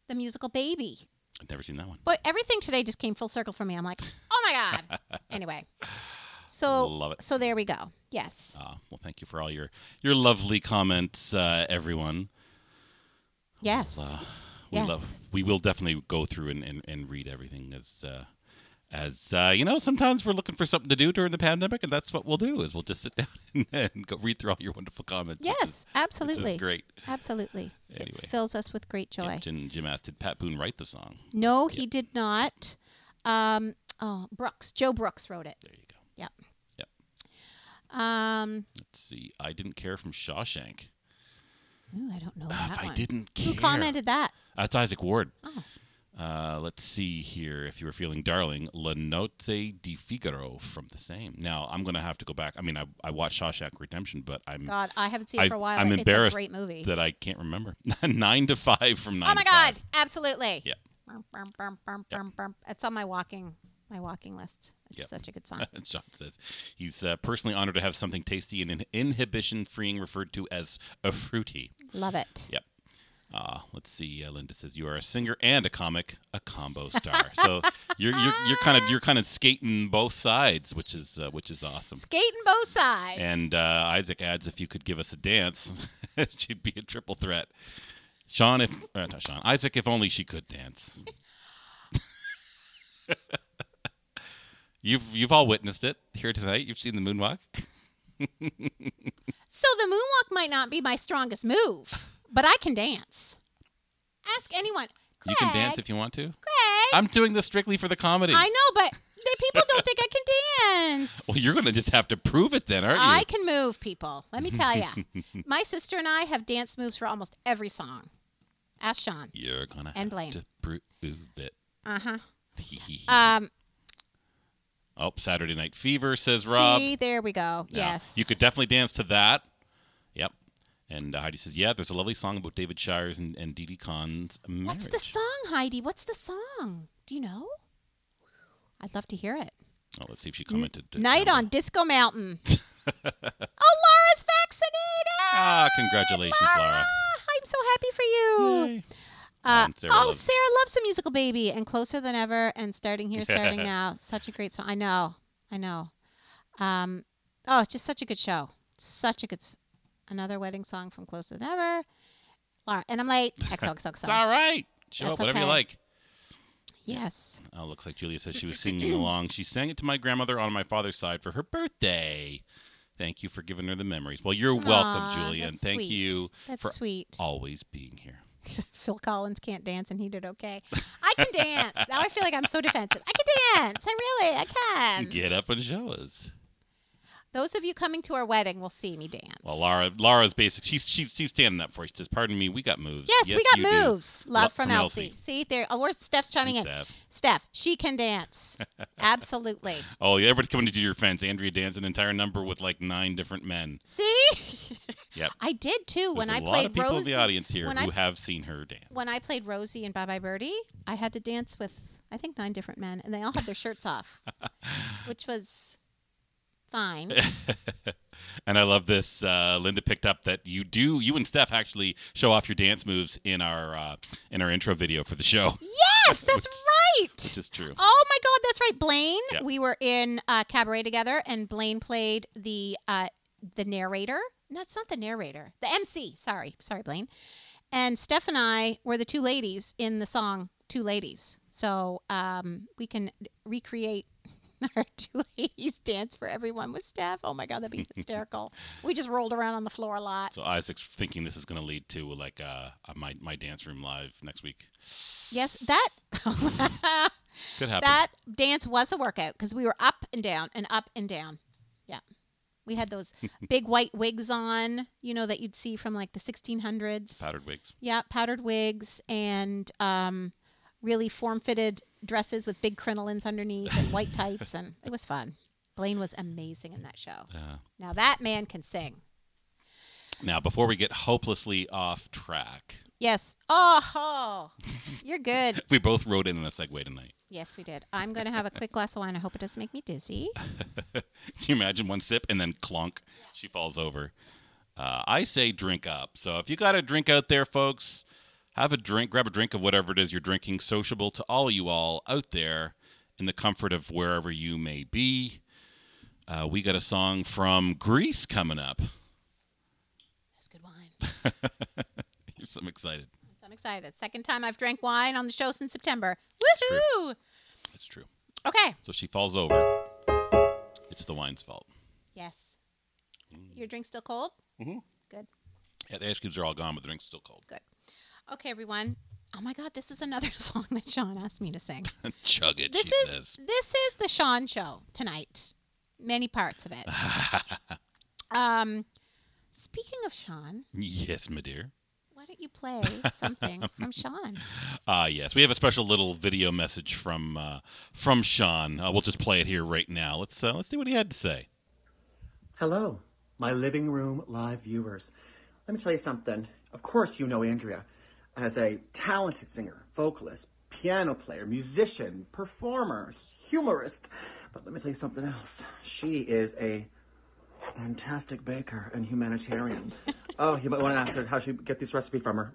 Speaker 2: the musical Baby.
Speaker 1: I've never seen that one.
Speaker 2: But everything today just came full circle for me. I'm like, oh my god. anyway, so
Speaker 1: Love it.
Speaker 2: So there we go. Yes.
Speaker 1: Uh, well, thank you for all your, your lovely comments, uh, everyone.
Speaker 2: Yes.
Speaker 1: we
Speaker 2: Yes.
Speaker 1: love we will definitely go through and, and, and read everything as uh, as uh, you know sometimes we're looking for something to do during the pandemic and that's what we'll do is we'll just sit down and, and go read through all your wonderful comments which
Speaker 2: Yes,
Speaker 1: is- which is
Speaker 2: absolutely.
Speaker 1: great
Speaker 2: Absolutely.
Speaker 1: Anyway.
Speaker 2: It fills us with great joy.
Speaker 1: yeah, Jim, Jim asked did Pat Boone write the song
Speaker 2: No, he did not. Um, oh, Brooks. Joe Brooks wrote it.
Speaker 1: there you go
Speaker 2: Yep.
Speaker 1: Yep.
Speaker 2: Um,
Speaker 1: let's see I didn't care from Shawshank
Speaker 2: ooh, I don't know
Speaker 1: Ah,
Speaker 2: that
Speaker 1: if I
Speaker 2: one.
Speaker 1: didn't care
Speaker 2: Who commented that?
Speaker 1: that's Isaac Ward
Speaker 2: Oh.
Speaker 1: uh, let's see here. If you were feeling darling, La Notte di Figaro from the same. Now, I'm going to have to go back. I mean, I, I watched Shawshank Redemption, but I'm
Speaker 2: God, I haven't seen it for a while.
Speaker 1: am
Speaker 2: it's
Speaker 1: Mm. embarrassed
Speaker 2: a great movie.
Speaker 1: that I can't remember. nine to five from nine.
Speaker 2: oh my
Speaker 1: to
Speaker 2: God,
Speaker 1: Five.
Speaker 2: absolutely.
Speaker 1: Yeah.
Speaker 2: Wow. Brum, brum, brum, brum, brum, brum. It's on my walking my walking list. It's
Speaker 1: Yep.
Speaker 2: such a good song.
Speaker 1: Sean says he's uh, personally honored to have something tasty and in- inhibition freeing referred to as a fruity.
Speaker 2: Love it.
Speaker 1: Yep. Uh, let's see. Uh, Linda says you are a singer and a comic, a combo star. so you're you're you're kind of you're kind of skating both sides, which is uh, which is awesome.
Speaker 2: Skating both sides.
Speaker 1: And uh, Isaac adds, if you could give us a dance, she'd be a triple threat. Sean, if uh, not Sean, Isaac, if only she could dance. you've you've all witnessed it here tonight. You've seen the moonwalk.
Speaker 2: so the moonwalk might not be my strongest move, but I can dance. Ask anyone.
Speaker 1: You can dance if you want to.
Speaker 2: Craig,
Speaker 1: I'm doing this strictly for the comedy.
Speaker 2: I know, but the people don't think I can dance.
Speaker 1: Well, you're gonna just have to prove it then, aren't you?
Speaker 2: I can move people. Let me tell you. my sister and I have dance moves for almost every song. Ask Sean.
Speaker 1: You're gonna
Speaker 2: And
Speaker 1: have
Speaker 2: blame.
Speaker 1: to prove it.
Speaker 2: Uh-huh. Um,
Speaker 1: oh, Saturday Night Fever says Rob.
Speaker 2: see, there we go.
Speaker 1: Yeah.
Speaker 2: Yes.
Speaker 1: You could definitely dance to that. Yep. And uh, Heidi says, yeah, there's a lovely song about David Shires and, and Dee Dee Khan's marriage.
Speaker 2: What's the song, Heidi? What's the song? Do you know? I'd love to hear it.
Speaker 1: Oh, let's see if she commented.
Speaker 2: Night on Disco Mountain. oh, Laura's vaccinated.
Speaker 1: Ah, congratulations, Laura.
Speaker 2: I'm so happy for you.
Speaker 1: Yay.
Speaker 2: Uh,
Speaker 1: And Sarah
Speaker 2: oh,
Speaker 1: loves-
Speaker 2: Sarah loves the musical baby and closer than ever and starting here, starting now. Such a great song. I know, I know. Um, oh, it's just such a good show. Such a good, s- another wedding song from closer than ever. Laura and I'm late.
Speaker 1: It's
Speaker 2: XOXOXO.
Speaker 1: all right. Show
Speaker 2: That's
Speaker 1: up whatever you
Speaker 2: okay.
Speaker 1: like.
Speaker 2: yes.
Speaker 1: Oh, looks like Julia says she was singing along. She sang it to my grandmother on my father's side for her birthday. Thank you for giving her the memories. Well, you're welcome,
Speaker 2: Aw,
Speaker 1: Julia, and
Speaker 2: that's
Speaker 1: thank
Speaker 2: sweet.
Speaker 1: you
Speaker 2: That's
Speaker 1: for
Speaker 2: sweet.
Speaker 1: always being here.
Speaker 2: Phil Collins can't dance and he did okay. I can dance. Now I feel like I'm so defensive. I can dance. I really, I can.
Speaker 1: Get up and show us.
Speaker 2: Those of you coming to our wedding will see me dance.
Speaker 1: Well, Laura, Laura's basic. She's she's she's standing up for you. She says, "Pardon me, we got moves."
Speaker 2: Yes, we
Speaker 1: you
Speaker 2: got
Speaker 1: do."
Speaker 2: moves. Love
Speaker 1: Lo-
Speaker 2: from, Elsie. See, there. Oh, where's Steph's chiming
Speaker 1: And
Speaker 2: in?
Speaker 1: Steph.
Speaker 2: Steph, she can dance. Absolutely.
Speaker 1: Oh, yeah, everybody's coming to do your fence. Andrea danced an entire number with like nine different men.
Speaker 2: See,
Speaker 1: Yep.
Speaker 2: I did too when
Speaker 1: There's
Speaker 2: I
Speaker 1: a lot
Speaker 2: played
Speaker 1: of people
Speaker 2: Rosie.
Speaker 1: in the audience here
Speaker 2: when
Speaker 1: who
Speaker 2: I-
Speaker 1: have seen her dance.
Speaker 2: When I played Rosie and Bye Bye Birdie, I had to dance with I think nine different men, and they all had their shirts off, which was fine.
Speaker 1: and I love this. Uh, Linda picked up that you do. You and Steph actually show off your dance moves in our uh, in our intro video for the show,
Speaker 2: yes, that's right.
Speaker 1: which is true.
Speaker 2: Oh my God, that's right, Blaine.
Speaker 1: Yeah.
Speaker 2: We were in uh, cabaret together, and Blaine played the uh, the narrator. No, it's not the narrator. The MC. Sorry, sorry, Blaine. And Steph and I were the two ladies in the song Two Ladies. So um, we can recreate our two ladies dance for everyone with Steph. Oh my God, that'd be hysterical. we just rolled around on the floor a lot.
Speaker 1: So Isaac's thinking this is going to lead to like uh, a my my dance room live next week.
Speaker 2: Yes, oh, that
Speaker 1: Could happen.
Speaker 2: that dance was a workout because we were up and down and up and down. Yeah. We had those big white wigs on, you know, that you'd see from like the 1600s.
Speaker 1: Powdered wigs.
Speaker 2: yeah, powdered wigs and um, really form fitted dresses with big crinolines underneath and white tights. And it was fun. Blaine was amazing in that show.
Speaker 1: Uh,
Speaker 2: Now that man can sing.
Speaker 1: now, before we get hopelessly off track,
Speaker 2: Yes. Oh, you're good.
Speaker 1: we both wrote in on a segue tonight.
Speaker 2: Yes, we did. I'm going to have a quick glass of wine. I hope it doesn't make me dizzy.
Speaker 1: Can you imagine one sip and then clunk? She falls over. Uh, I say drink up. So if you got a drink out there, folks, have a drink, grab a drink of whatever it is you're drinking, sociable to all you all out there in the comfort of wherever you may be. Uh, we got a song from Greece coming up.
Speaker 2: That's good wine.
Speaker 1: So I'm excited.
Speaker 2: So I'm excited. Second time I've drank wine on the show since September.
Speaker 1: true.
Speaker 2: Woohoo!
Speaker 1: That's true.
Speaker 2: Okay.
Speaker 1: So she falls over. It's the wine's fault.
Speaker 2: Yes.
Speaker 1: Mm.
Speaker 2: Your drink's still cold? Mm-hmm. Good.
Speaker 1: Yeah, the ice cubes are all gone, but the drink's still cold.
Speaker 2: Good. Okay, everyone. Oh my God, this is another song that Sean asked me to sing.
Speaker 1: Chug it,
Speaker 2: This
Speaker 1: she
Speaker 2: is
Speaker 1: says.
Speaker 2: this is the Sean show tonight. Many parts of it. um, speaking of Sean,
Speaker 1: Yes, my dear.
Speaker 2: why don't you play something from Sean?
Speaker 1: Ah, yes. We have a special little video message from uh, from Sean. Uh, we'll just play it here right now. Let's uh, let's see what he had to say.
Speaker 3: Hello, my living room live viewers. Let me tell you something. Of course, you know Andrea as a talented singer, vocalist, piano player, musician, performer, humorist. But let me tell you something else. She is a fantastic baker and humanitarian. oh, you might want to ask her how she get this recipe from her.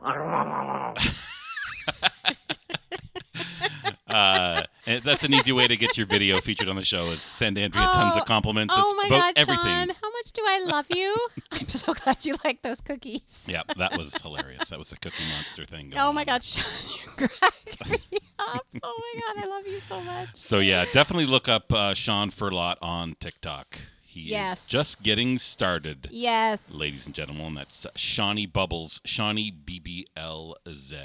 Speaker 1: Uh, and that's an easy way to get your video featured on the show is send Andrea tons
Speaker 2: Oh,
Speaker 1: of compliments
Speaker 2: oh
Speaker 1: It's
Speaker 2: my
Speaker 1: about
Speaker 2: God,
Speaker 1: everything.
Speaker 2: Sean, how much do I love you? I'm so glad you like those cookies.
Speaker 1: Yeah, that was hilarious. That was the Cookie Monster thing. Going
Speaker 2: Oh my
Speaker 1: on.
Speaker 2: God, Sean, you crack me up. Oh my God, I love you so much.
Speaker 1: So yeah, definitely look up uh, Sean Furlot on TikTok. He
Speaker 2: Yes.
Speaker 1: is just getting started,
Speaker 2: Yes.
Speaker 1: ladies and gentlemen. That's uh, Shawnee Bubbles, Shawnee B B L Z.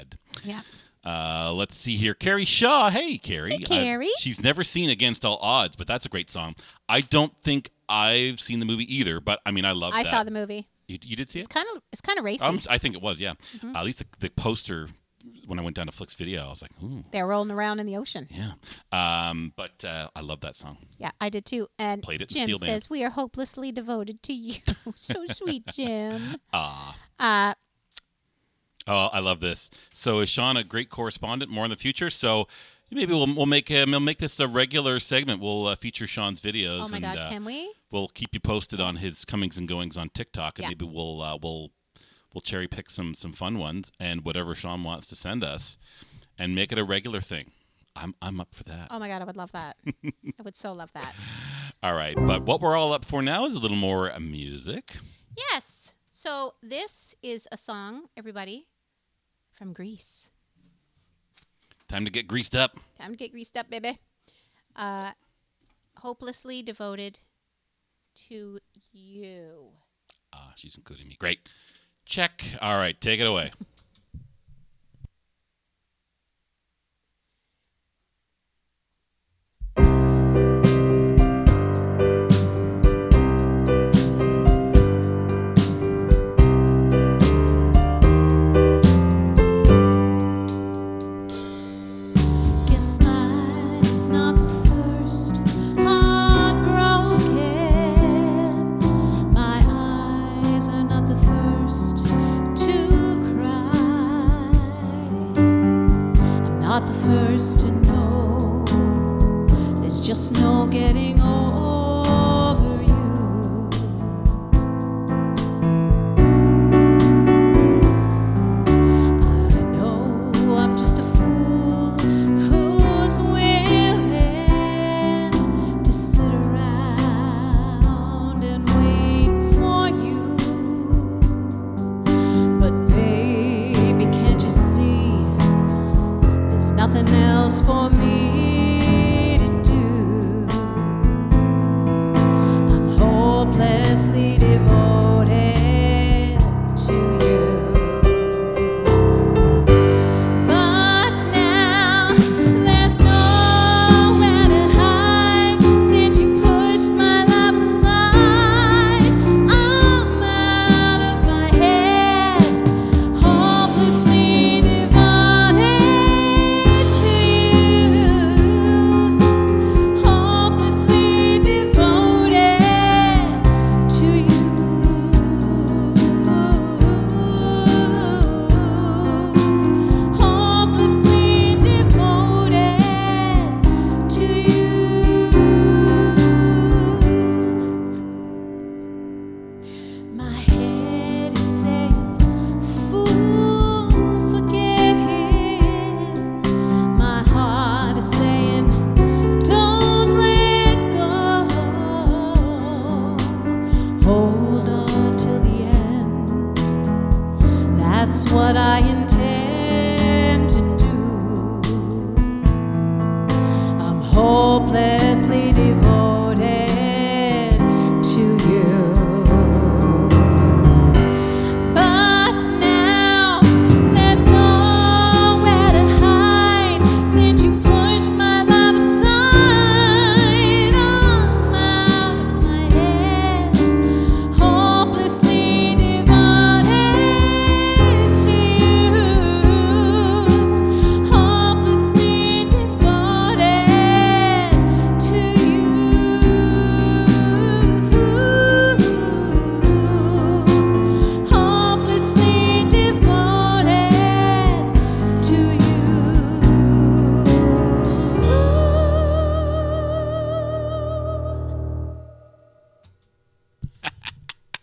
Speaker 2: Yeah.
Speaker 1: Uh, let's see here. Carrie Shaw. Hey, Carrie.
Speaker 2: Hey, Carrie.
Speaker 1: I've- she's never seen Against All Odds, but that's a great song. I don't think I've seen the movie either, but I mean, I love
Speaker 2: I
Speaker 1: that.
Speaker 2: saw the movie.
Speaker 1: You, you did see
Speaker 2: It's
Speaker 1: it?
Speaker 2: kind of it's kind of racy.
Speaker 1: Um, I think it was, yeah.
Speaker 2: Mm-hmm.
Speaker 1: Uh, at least the, the poster, when I went down to Flicks Video, I was like, ooh,
Speaker 2: They're rolling around in the ocean.
Speaker 1: yeah. Um, but uh, I love that song.
Speaker 2: Yeah, I did too. And
Speaker 1: Played it
Speaker 2: Jim
Speaker 1: in Steel Band.
Speaker 2: says we are hopelessly devoted to you. so sweet, Jim.
Speaker 1: Ah.
Speaker 2: Uh,
Speaker 1: Oh, I love this. So is Sean a great correspondent? More in the future. So maybe we'll we'll make him. We'll make this a regular segment. We'll uh, feature Sean's videos.
Speaker 2: oh my
Speaker 1: and,
Speaker 2: God,
Speaker 1: uh,
Speaker 2: can we?
Speaker 1: we'll keep you posted on his comings and goings on TikTok, and
Speaker 2: Yeah.
Speaker 1: maybe we'll uh, we'll we'll cherry pick some some fun ones and whatever Sean wants to send us, and make it a regular thing. I'm I'm up for that.
Speaker 2: Oh my God, I would love that. I would so love that.
Speaker 1: All right, but what we're all up for now is a little more uh, music.
Speaker 2: Yes. So this is a song, everybody, from Greece.
Speaker 1: Time to get greased up.
Speaker 2: Time to get greased up, baby. Uh, hopelessly devoted to you.
Speaker 1: Ah, she's including me. Great. Check. All right, take it away.
Speaker 2: Guess mine is not the first heartbroken. My eyes are not the first to cry.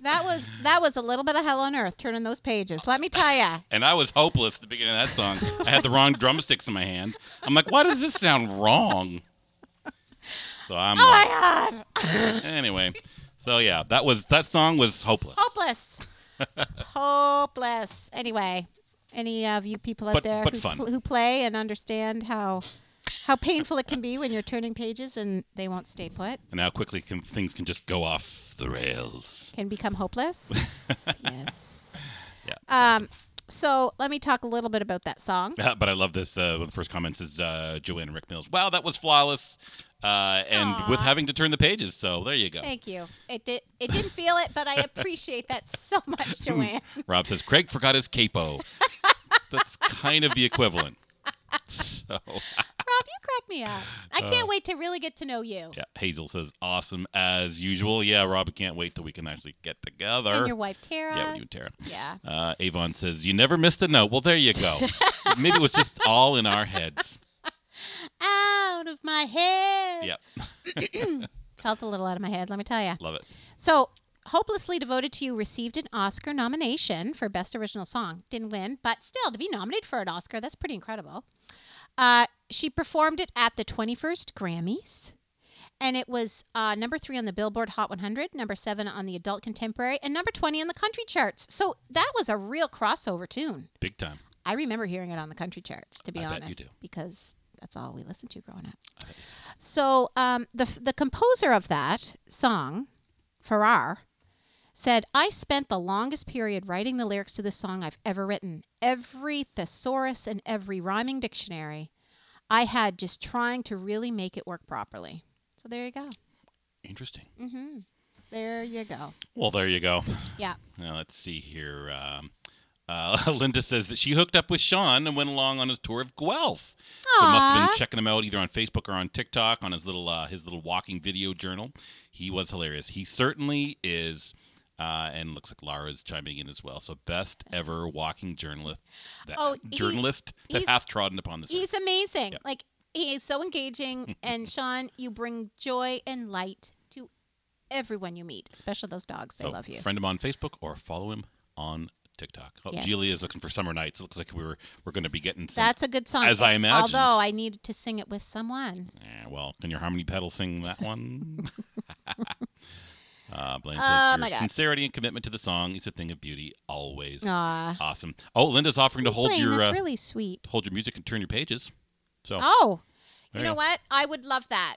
Speaker 2: that was that was a little bit of hell on earth turning those pages. Let me tell ya.
Speaker 1: And I was hopeless at the beginning of that song. I had the wrong drumsticks in my hand. I'm like, why does this sound wrong? So I'm like,
Speaker 2: Oh my God,
Speaker 1: anyway. So yeah, that was that song was hopeless.
Speaker 2: hopeless, hopeless. Anyway, any of you people out
Speaker 1: But-
Speaker 2: there
Speaker 1: but
Speaker 2: who,
Speaker 1: fun.
Speaker 2: pl- who play and understand how how painful it can be when you're turning pages and they won't stay put
Speaker 1: And how quickly can, things can just go off the rails.
Speaker 2: can become hopeless. yes.
Speaker 1: Yeah.
Speaker 2: Um. So let me talk a little bit about that song.
Speaker 1: Uh, but I love this. Uh, one of the first comments is uh, Joanne Rick Mills. Wow, that was flawless. Uh, and with having to turn the pages, so there you go.
Speaker 2: Thank you. It did. It didn't feel it, but I appreciate that so much, Joanne.
Speaker 1: Rob says Craig forgot his capo. That's kind of the equivalent. So
Speaker 2: Rob, you crack me up. I can't wait to really get to know you
Speaker 1: Uh, yeah, Hazel says awesome as usual. Yeah, Rob, I can't wait till we can actually get together.
Speaker 2: and your wife Tara.
Speaker 1: yeah, with you and Tara.
Speaker 2: Yeah.
Speaker 1: Uh, Avon says you never missed a note. Well, there you go. Maybe it was just all in our heads.
Speaker 2: Out of my head.
Speaker 1: Yeah,
Speaker 2: Felt a little out of my head. Let me tell you.
Speaker 1: love it.
Speaker 2: So, Hopelessly Devoted to You received an Oscar nomination for Best Original Song. Didn't win, but still, to be nominated for an Oscar, that's pretty incredible. Uh, she performed it at the 21st Grammys, and it was uh, number three on the Billboard Hot 100, number seven on the Adult Contemporary, and number 20 on the country charts. So, that was a real crossover tune.
Speaker 1: Big time.
Speaker 2: I remember hearing it on the country charts, to be
Speaker 1: I bet
Speaker 2: honest,
Speaker 1: you do.
Speaker 2: because that's all we listened to growing up. So um, the the composer of that song, Farrar, said, "I spent the longest period writing the lyrics to this song I've ever written. Every thesaurus and every rhyming dictionary, I had just trying to really make it work properly." So there you go.
Speaker 1: Interesting.
Speaker 2: Mm-hmm. There you go.
Speaker 1: Well, there you go.
Speaker 2: Yeah.
Speaker 1: Now, let's see here. Um, uh, Linda says that she hooked up with Sean and went along on his tour of Guelph. So must have been
Speaker 2: Aw.
Speaker 1: checking him out either on Facebook or on TikTok on his little uh, his little walking video journal. He was hilarious. He certainly is. Uh, and looks like Lara's chiming in as well. So best ever walking journalist that
Speaker 2: Oh, he-
Speaker 1: journalist that
Speaker 2: he's-
Speaker 1: hath trodden upon this earth.
Speaker 2: He's amazing.
Speaker 1: Yeah.
Speaker 2: Like he is so engaging. and Sean, you bring joy and light to everyone you meet, especially those dogs. They
Speaker 1: So
Speaker 2: love you.
Speaker 1: Friend him on Facebook or follow him on TikTok. Oh,
Speaker 2: Yes.
Speaker 1: Julia is looking for summer nights. It looks like we were we're going to be getting some.
Speaker 2: That's a good song.
Speaker 1: as I imagined.
Speaker 2: Although I needed to sing it with someone.
Speaker 1: Eh, well, can your harmony pedal sing that one? uh, Blaine says
Speaker 2: Oh, my
Speaker 1: your
Speaker 2: God.
Speaker 1: sincerity and commitment to the song is a thing of beauty always.
Speaker 2: Aw.
Speaker 1: Awesome. Oh, Linda's offering to hold
Speaker 2: Blaine,
Speaker 1: your
Speaker 2: that's
Speaker 1: uh,
Speaker 2: really sweet.
Speaker 1: hold your music and turn your pages. So
Speaker 2: Oh,
Speaker 1: there
Speaker 2: you know
Speaker 1: go.
Speaker 2: what? I would love that.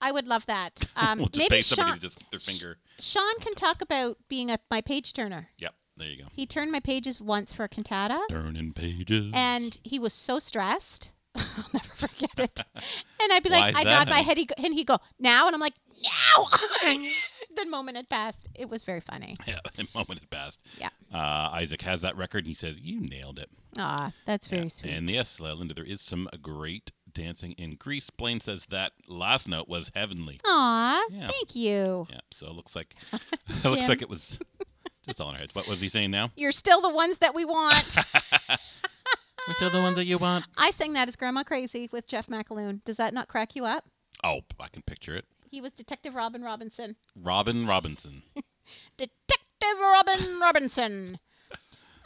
Speaker 2: I would love that. Um,
Speaker 1: We'll just
Speaker 2: maybe
Speaker 1: pay somebody
Speaker 2: Sean,
Speaker 1: to just their finger.
Speaker 2: Sean can talk about being a, my page turner.
Speaker 1: Yep, there you go.
Speaker 2: He turned my pages once for a cantata.
Speaker 1: Turning pages.
Speaker 2: and he was so stressed. I'll never forget it. And I'd be
Speaker 1: Why
Speaker 2: like,
Speaker 1: is
Speaker 2: I
Speaker 1: that,
Speaker 2: nod my
Speaker 1: honey?
Speaker 2: head, he go, and he'd go, "Now," and I'm like, "Now." the moment had passed. It was very funny.
Speaker 1: yeah, the moment it passed.
Speaker 2: Yeah.
Speaker 1: Uh, Isaac has that record and he says, You nailed it.
Speaker 2: Ah, that's very
Speaker 1: Yeah.
Speaker 2: sweet.
Speaker 1: And yes, uh, Linda, there is some great dancing in Greece. Blaine says that last note was heavenly.
Speaker 2: Aw,
Speaker 1: Yeah.
Speaker 2: thank you.
Speaker 1: Yeah, so it looks like it looks
Speaker 2: Jim.
Speaker 1: like it was just all in our heads. What was he saying now?
Speaker 2: You're still the ones that we want.
Speaker 1: We're still the ones that you want.
Speaker 2: I sang that as Grandma Crazy with Jeff McAloon. Does that not crack you up?
Speaker 1: Oh, I can picture it.
Speaker 2: He was Detective Robin Robinson.
Speaker 1: Robin Robinson.
Speaker 2: Detective Robin Robinson.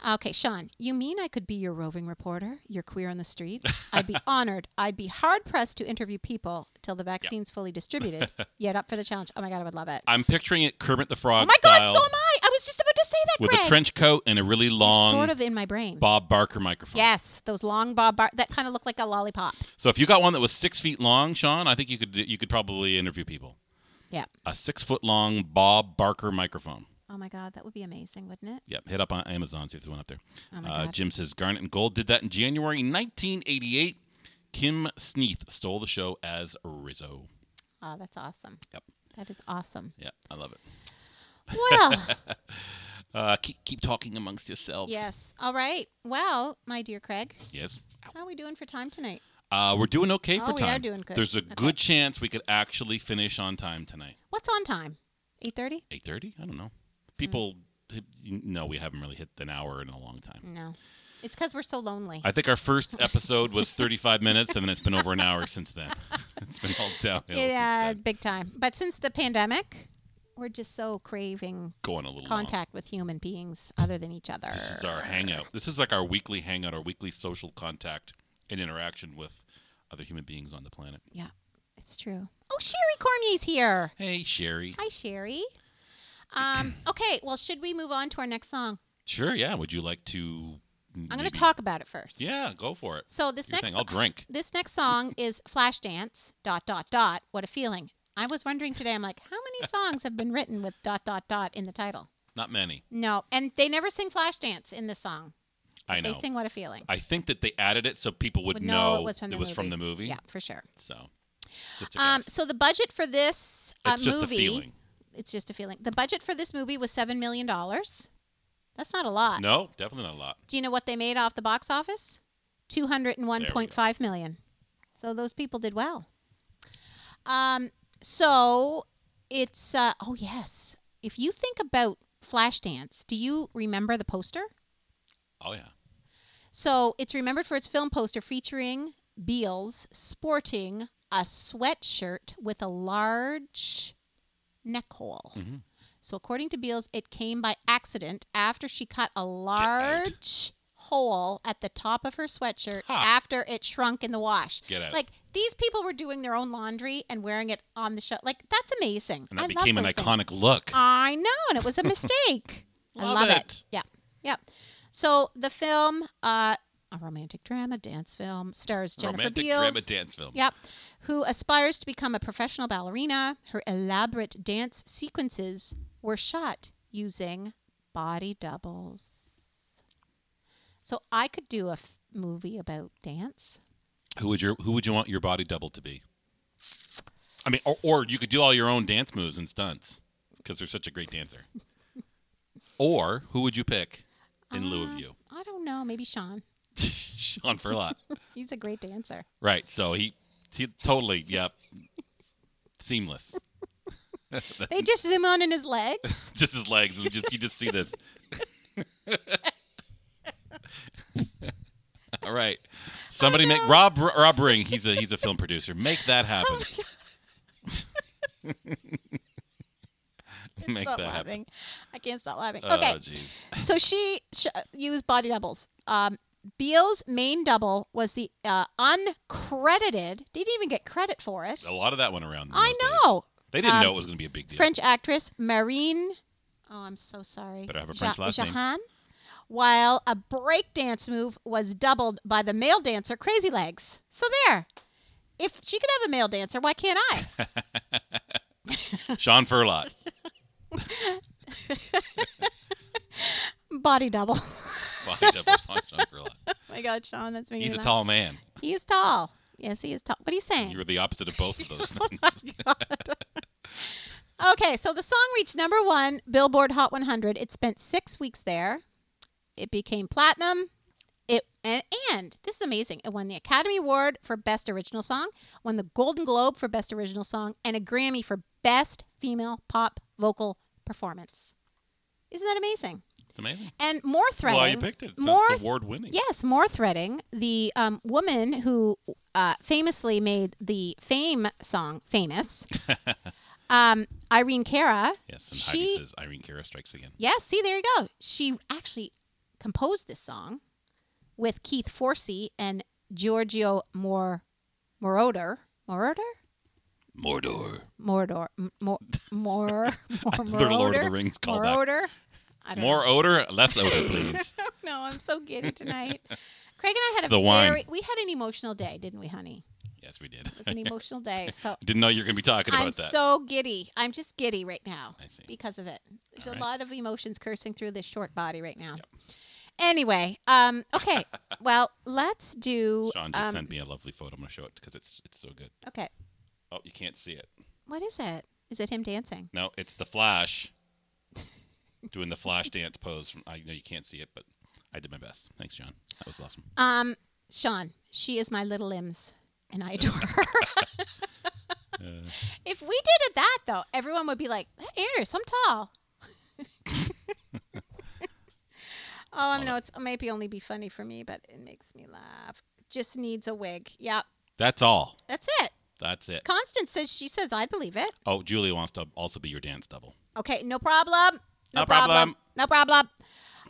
Speaker 2: Okay, Sean, you mean I could be your roving reporter? You're queer on the streets? I'd be honored. I'd be hard pressed to interview people till the vaccine's fully distributed, yet up for the challenge. Oh my God, I would love it.
Speaker 1: I'm picturing it Kermit the Frog
Speaker 2: oh my God,
Speaker 1: style
Speaker 2: so am I. I was just about to say that,
Speaker 1: with
Speaker 2: Greg.
Speaker 1: a trench coat and a really long
Speaker 2: Sort of in my brain.
Speaker 1: Bob Barker microphone.
Speaker 2: Yes, those long bob bar- that kind of look like a lollipop.
Speaker 1: So if you got one that was six feet long, Sean, I think you could you could probably interview people.
Speaker 2: Yeah.
Speaker 1: A six foot long Bob Barker microphone.
Speaker 2: Oh my God, that would be amazing, wouldn't it?
Speaker 1: Yep, hit up on Amazon, see if there's one up there.
Speaker 2: Oh my
Speaker 1: uh,
Speaker 2: God.
Speaker 1: Jim says Garnet and Gold did that in January 1988. Kim Sneath stole the show as Rizzo.
Speaker 2: Oh, that's awesome.
Speaker 1: Yep.
Speaker 2: That is awesome.
Speaker 1: Yeah, I love it.
Speaker 2: Well,
Speaker 1: Uh, keep keep talking amongst yourselves.
Speaker 2: yes. All right. Well, my dear Craig,
Speaker 1: Yes.
Speaker 2: how are we doing for time tonight?
Speaker 1: Uh, we're doing okay for
Speaker 2: Oh, we
Speaker 1: time.
Speaker 2: are doing good.
Speaker 1: There's a
Speaker 2: Okay.
Speaker 1: good chance we could actually finish on time tonight.
Speaker 2: What's on time? Eight thirty?
Speaker 1: Eight thirty? I don't know. People
Speaker 2: Mm.
Speaker 1: no, we haven't really hit an hour in a long time.
Speaker 2: No, it's because we're so lonely.
Speaker 1: I think our first episode was 35 minutes, and then it's been over an hour since then. it's been all downhill.
Speaker 2: yeah,
Speaker 1: Since then.
Speaker 2: big time. But since the pandemic, We're just so craving
Speaker 1: Going a little long.
Speaker 2: contact with human beings other than each other.
Speaker 1: This is our hangout. This is like our weekly hangout, our weekly social contact and interaction with other human beings on the planet.
Speaker 2: Yeah, it's true. Oh, Sherry Cormier's here.
Speaker 1: Hey, Sherry.
Speaker 2: Hi, Sherry. Um, okay, well, should we move on to our next song?
Speaker 1: Sure, yeah. Would you like to?
Speaker 2: I'm going to talk about it first.
Speaker 1: Yeah, go for it.
Speaker 2: So this
Speaker 1: Your
Speaker 2: next
Speaker 1: thing. I'll drink.
Speaker 2: this next song is Flashdance dot dot dot. What a feeling! I was wondering today. I'm like, how many songs have been written with dot dot dot in the title?
Speaker 1: Not many.
Speaker 2: No, and they never sing Flashdance in this song.
Speaker 1: I know.
Speaker 2: They sing What a Feeling.
Speaker 1: I think that they added it so people would,
Speaker 2: Would
Speaker 1: know,
Speaker 2: it was from the movie.
Speaker 1: movie.
Speaker 2: Yeah, for sure.
Speaker 1: So, just a
Speaker 2: Um,
Speaker 1: guess.
Speaker 2: so the budget for this uh,
Speaker 1: it's just
Speaker 2: movie,
Speaker 1: a feeling.
Speaker 2: it's just a feeling. The budget for this movie was seven million dollars. That's not a lot.
Speaker 1: No, definitely not a lot.
Speaker 2: Do you know what they made off the box office? Two hundred and one point five million. So those people did well. Um, so it's uh, oh yes. If you think about Flashdance, do you remember the poster?
Speaker 1: Oh yeah.
Speaker 2: So it's remembered for its film poster featuring Beals sporting a sweatshirt with a large neck hole.
Speaker 1: Mm-hmm.
Speaker 2: So according to Beals, it came by accident after she cut a large hole at the top of her sweatshirt
Speaker 1: Ha.
Speaker 2: after it shrunk in the wash.
Speaker 1: Get out.
Speaker 2: Like these people were doing their own laundry and wearing it on the show. Like that's amazing.
Speaker 1: And that
Speaker 2: I love
Speaker 1: became an
Speaker 2: those things. Uh,
Speaker 1: iconic look.
Speaker 2: I know, and it was a mistake. I
Speaker 1: Love
Speaker 2: love it.
Speaker 1: it.
Speaker 2: Yeah, yeah. So the film, uh, a romantic drama dance film, stars Jennifer
Speaker 1: Romantic
Speaker 2: Beals.
Speaker 1: drama dance film.
Speaker 2: Yep. Who aspires to become a professional ballerina. Her elaborate dance sequences were shot using body doubles. So I could do a f- movie about dance.
Speaker 1: Who would your Who would you want your body double to be? I mean, or, or you could do all your own dance moves and stunts because they're such a great dancer. or who would you pick in lieu of you?
Speaker 2: I don't know, maybe Sean.
Speaker 1: Sean Furlot.
Speaker 2: He's a great dancer.
Speaker 1: right. So he, he totally, yep, seamless.
Speaker 2: They just zoom on in his legs.
Speaker 1: just his legs. And just you just see this. All right,
Speaker 2: Oh,
Speaker 1: somebody make Rob Rob Ring. He's a he's a film producer. Make that happen. make
Speaker 2: stop
Speaker 1: that happen.
Speaker 2: laughing. I can't stop laughing. okay.
Speaker 1: Oh, jeez.
Speaker 2: so she sh- used body doubles. Um, Beale's main double was the uh, uncredited, didn't even get credit for it.
Speaker 1: A lot of that went around. in
Speaker 2: I
Speaker 1: those days.
Speaker 2: know.
Speaker 1: They didn't
Speaker 2: Um,
Speaker 1: know it was going to be a big deal.
Speaker 2: French actress Marine. Oh, I'm so sorry.
Speaker 1: Better have a French last name.
Speaker 2: Jahan, While a breakdance move was doubled by the male dancer Crazy Legs. So there. If she could have a male dancer, why can't I?
Speaker 1: Sean Furlot.
Speaker 2: Body double.
Speaker 1: Body doubles on Sean Furlot.
Speaker 2: oh my God, Sean, that's me.
Speaker 1: He's a tall man.
Speaker 2: He is tall. Yes, he is tall. What are you saying?
Speaker 1: You were the opposite of both of those things.
Speaker 2: Okay, so the song reached number one Billboard Hot 100. It spent six weeks there. It became platinum. It and, and this is amazing. It won the Academy Award for Best Original Song, won the Golden Globe for Best Original Song, and a Grammy for Best Female Pop Vocal Performance. Isn't that amazing?
Speaker 1: It's amazing.
Speaker 2: And more threading.
Speaker 1: Well, you picked it. So
Speaker 2: more
Speaker 1: it's award winning.
Speaker 2: Yes, more threading. The um, woman who uh, famously made the Fame song famous, um, Irene Cara.
Speaker 1: Yes. And Heidi
Speaker 2: She-
Speaker 1: says Irene Cara strikes again.
Speaker 2: Yes, see, there you go. She actually composed this song with Keith Forsey and Giorgio Mor- Moroder. Moroder?
Speaker 1: Mordor.
Speaker 2: Mordor. M- Mor- Mor- Mor-
Speaker 1: They're Lord of the
Speaker 2: Moroder?
Speaker 1: Rings callback.
Speaker 2: Moroder? I don't
Speaker 1: More odor, less odor, please.
Speaker 2: No, I'm so giddy tonight. Craig and I had a
Speaker 1: The wine.
Speaker 2: very we had an emotional day, didn't we, honey?
Speaker 1: yes, we did.
Speaker 2: It was an emotional day. So
Speaker 1: Didn't know you were going to be talking
Speaker 2: I'm
Speaker 1: about that.
Speaker 2: so giddy. I'm just giddy right now
Speaker 1: I see.
Speaker 2: because of it. There's
Speaker 1: All
Speaker 2: a
Speaker 1: right.
Speaker 2: lot of emotions cursing through this short body right now. Anyway, um, okay. well, let's do.
Speaker 1: Sean just
Speaker 2: um,
Speaker 1: sent me a lovely photo. I'm going to show it because it's it's so good.
Speaker 2: okay.
Speaker 1: Oh, you can't see it.
Speaker 2: What is it? Is it him dancing?
Speaker 1: No, it's the Flash doing the Flash dance pose. From, I know you can't see it, but I did my best. Thanks, John. That was awesome.
Speaker 2: Um, Sean, she is my little limbs, and I adore her. if we did it that though, everyone would be like, "That Anders, I'm tall." oh, I know it's it maybe only be funny for me, but it makes me laugh. Just needs a wig. Yep,
Speaker 1: That's all.
Speaker 2: that's it.
Speaker 1: That's it.
Speaker 2: Constance says she says I believe it.
Speaker 1: Oh, Julia wants to also be your dance double.
Speaker 2: Okay, no problem.
Speaker 1: No problem.
Speaker 2: No problem.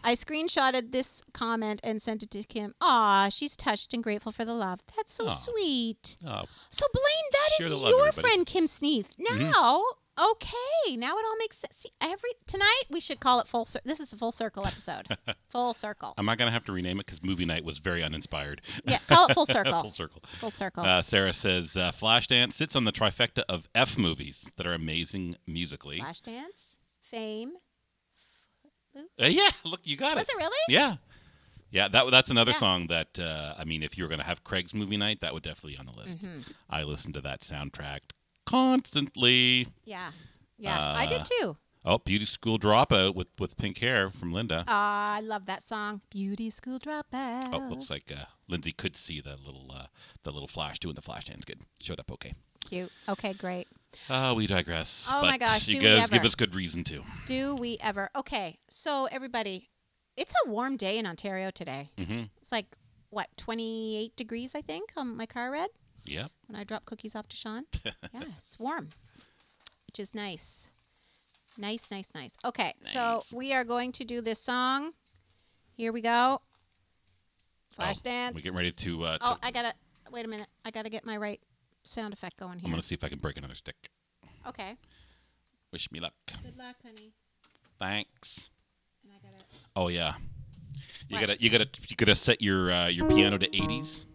Speaker 2: I screenshotted this comment and sent it to Kim. Aw, she's touched and grateful for the love. That's so
Speaker 1: Aw.
Speaker 2: sweet.
Speaker 1: Oh,
Speaker 2: So Blaine, that is
Speaker 1: Share the love,
Speaker 2: your
Speaker 1: everybody. Mm-hmm.
Speaker 2: friend Kim Sneath. Now, okay, now it all makes sense. See, every tonight we should call it full. Cir- this is a full circle episode. full circle.
Speaker 1: am I going to have to rename it because movie night was very uninspired.
Speaker 2: Yeah, call it full
Speaker 1: Full
Speaker 2: circle.
Speaker 1: circle.
Speaker 2: Full circle.
Speaker 1: Uh, Sarah says uh, Flashdance sits on the trifecta of F movies that are amazing musically.
Speaker 2: Flashdance, Fame.
Speaker 1: Uh, yeah, look, you got
Speaker 2: Was it really?
Speaker 1: Yeah. Yeah, that that's another
Speaker 2: Yeah.
Speaker 1: song that uh, I mean, if you were going to have Craig's movie night, that would definitely be on the list.
Speaker 2: Mm-hmm.
Speaker 1: I listened to that soundtrack constantly.
Speaker 2: Yeah, yeah. I did
Speaker 1: Uh,
Speaker 2: too.
Speaker 1: Oh, Beauty School Dropout with with pink hair from Linda.
Speaker 2: Ah, I love that song. Beauty School Dropout.
Speaker 1: oh, looks like uh, Lindsay could see the little uh, the little flash doing the flash dance. Good, showed up okay.
Speaker 2: Cute. Okay, great.
Speaker 1: Uh, we digress.
Speaker 2: Oh
Speaker 1: but
Speaker 2: my gosh,
Speaker 1: you
Speaker 2: do we
Speaker 1: guys give
Speaker 2: ever.
Speaker 1: us good reason to.
Speaker 2: Do we ever? Okay, so everybody, it's a warm day in Ontario today.
Speaker 1: hmm
Speaker 2: It's like what 28 degrees, I think, on my car red
Speaker 1: Yep.
Speaker 2: when I drop cookies off to Sean. yeah, it's warm, which is nice. Nice, nice, nice. Okay, so
Speaker 1: Nice.
Speaker 2: we are going to do this song. Here we go. Flash
Speaker 1: Oh,
Speaker 2: dance.
Speaker 1: We're getting ready to. Uh,
Speaker 2: Oh,
Speaker 1: to-
Speaker 2: I gotta wait a minute. I gotta get my right sound effect going
Speaker 1: I'm
Speaker 2: here.
Speaker 1: going to see if I can break another stick.
Speaker 2: Okay.
Speaker 1: Wish me luck.
Speaker 2: Good luck, honey.
Speaker 1: Thanks.
Speaker 2: And I gotta.
Speaker 1: Oh yeah. You
Speaker 2: What?
Speaker 1: gotta you gotta you gotta set your uh, your piano to 80s.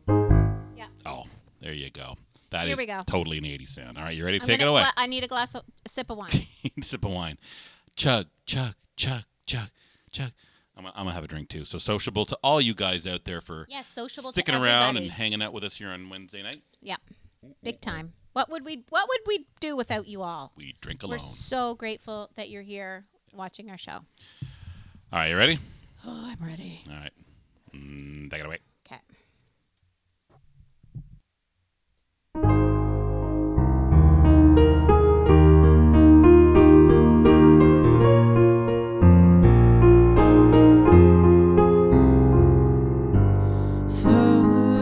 Speaker 2: Yeah.
Speaker 1: Oh, there you go. That is
Speaker 2: Here we go.
Speaker 1: totally an 80s sound. All right, you ready?
Speaker 2: I'm
Speaker 1: Take
Speaker 2: gonna-
Speaker 1: it away.
Speaker 2: well, I need a glass of a sip of wine.
Speaker 1: Sip of wine. Chug, chug, chug, chug, chug. I'm gonna, I'm gonna have a drink too. So sociable to all you guys out there for
Speaker 2: Yes, sociable.
Speaker 1: sticking
Speaker 2: to
Speaker 1: around and
Speaker 2: everybody.
Speaker 1: hanging out with us here on Wednesday night.
Speaker 2: yeah, big time. What would we What would we do without you all?
Speaker 1: We drink alone.
Speaker 2: We're so grateful that you're here watching our show.
Speaker 1: all right, you ready?
Speaker 2: Oh, I'm ready.
Speaker 1: All right. Mm, take it away.
Speaker 2: Okay.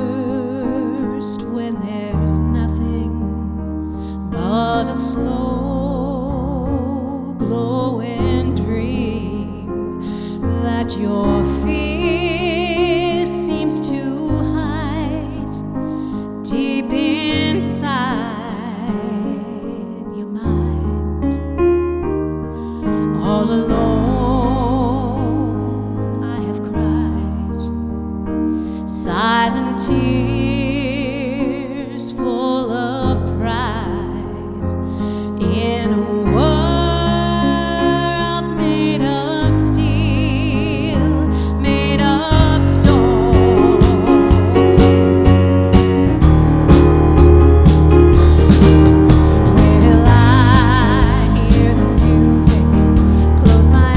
Speaker 4: First, when there's nothing but a slow glowing dream that your fear seems to hide deep inside your mind. All alone, I have cried silent tears full of pride in a world made of steel, made of stone. Will I hear the music? Close my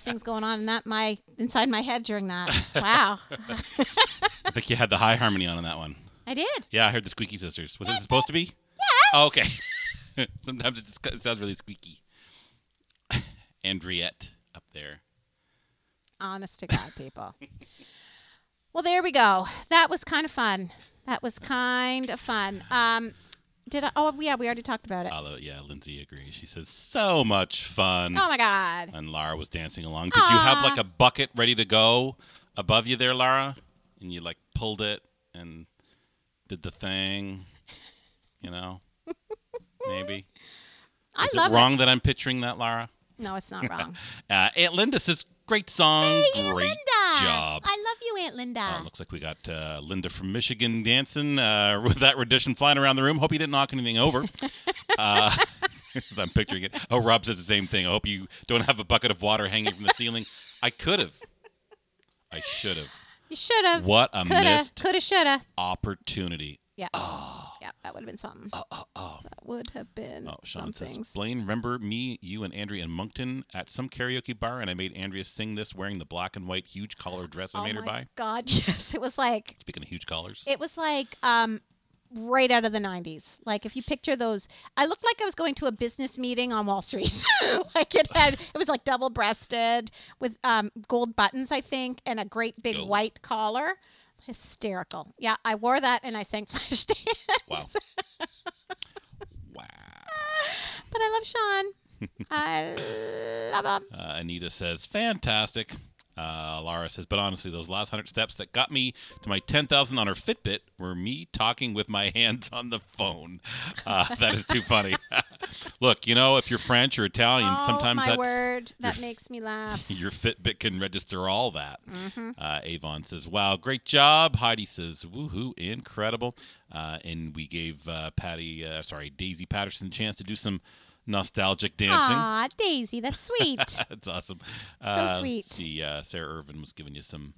Speaker 2: things going on in that my inside my head during that. Wow,
Speaker 1: I think you had the high harmony on in that one.
Speaker 2: I did.
Speaker 1: Yeah, I heard the squeaky sisters. Was it supposed to be? Yes. Oh, okay. Sometimes it just it sounds really squeaky. Andriette up there.
Speaker 2: Honest to God, people. well, there we go. That was kind of fun. That was kind of fun. Um, did I? Oh, yeah, we already talked about it.
Speaker 1: Although, yeah, Lindsay agrees. She says so much fun.
Speaker 2: Oh my God.
Speaker 1: And Lara was dancing along. Did you have
Speaker 2: Aw.
Speaker 1: like a bucket ready to go above you there, Lara? And you like pulled it and did the thing. You know, maybe.
Speaker 2: I
Speaker 1: Is
Speaker 2: love
Speaker 1: it wrong that I'm picturing that, Lara?
Speaker 2: it. No, it's not wrong.
Speaker 1: Uh, Aunt Linda says, "Great song,
Speaker 2: Aunt
Speaker 1: great
Speaker 2: Linda. Ah.
Speaker 1: job."
Speaker 2: I love you, Aunt Linda.
Speaker 1: Uh, looks like we got uh, Linda from Michigan dancing uh, with that rendition flying around the room. Hope you didn't knock anything over. uh, I'm picturing it. Oh, Rob says the same thing. I hope you don't have a bucket of water hanging from the ceiling. I could have. I should have.
Speaker 2: you should have.
Speaker 1: What a
Speaker 2: Coulda.
Speaker 1: missed
Speaker 2: Coulda. Shoulda.
Speaker 1: opportunity.
Speaker 2: Yeah. Yeah, that would have been something. Oh, oh, oh. That would have been
Speaker 1: Oh,
Speaker 2: some
Speaker 1: Sean says,
Speaker 2: things.
Speaker 1: Blaine, remember me, you, and Andrea in Moncton at some karaoke bar, and I made Andrea sing this wearing the black and white huge collar dress I
Speaker 2: oh
Speaker 1: made her
Speaker 2: my
Speaker 1: buy.
Speaker 2: God, yes. It was like
Speaker 1: Speaking of huge collars,
Speaker 2: It was like um, right out of the 90s. Like if you picture those, I looked like I was going to a business meeting on Wall Street. like it had, it was like double breasted with um, gold buttons, I think, and a great big
Speaker 1: Gold.
Speaker 2: white collar. Hysterical. Yeah, I wore that and I sang Flashdance.
Speaker 1: wow, wow.
Speaker 2: but I love Sean. I love him.
Speaker 1: Uh, Anita says, fantastic. Uh, Lara says, but honestly, those last 100 steps that got me to my 10,000 on her Fitbit were me talking with my hands on the phone. Uh, that is too funny. Look, you know, if you're French or Italian,
Speaker 2: oh,
Speaker 1: sometimes
Speaker 2: my
Speaker 1: that's.
Speaker 2: word.
Speaker 1: your
Speaker 2: That
Speaker 1: f-
Speaker 2: makes me laugh.
Speaker 1: Your Fitbit can register all that.
Speaker 2: Mm-hmm.
Speaker 1: Uh, Avon says, wow, great job. Heidi says, woohoo, incredible. Uh, and we gave uh, Patty, uh, sorry, Daisy Patterson a chance to do some nostalgic dancing.
Speaker 2: Aw, Daisy, that's sweet.
Speaker 1: That's awesome.
Speaker 2: So sweet.
Speaker 1: let's See, uh, Sarah Irvin was giving you some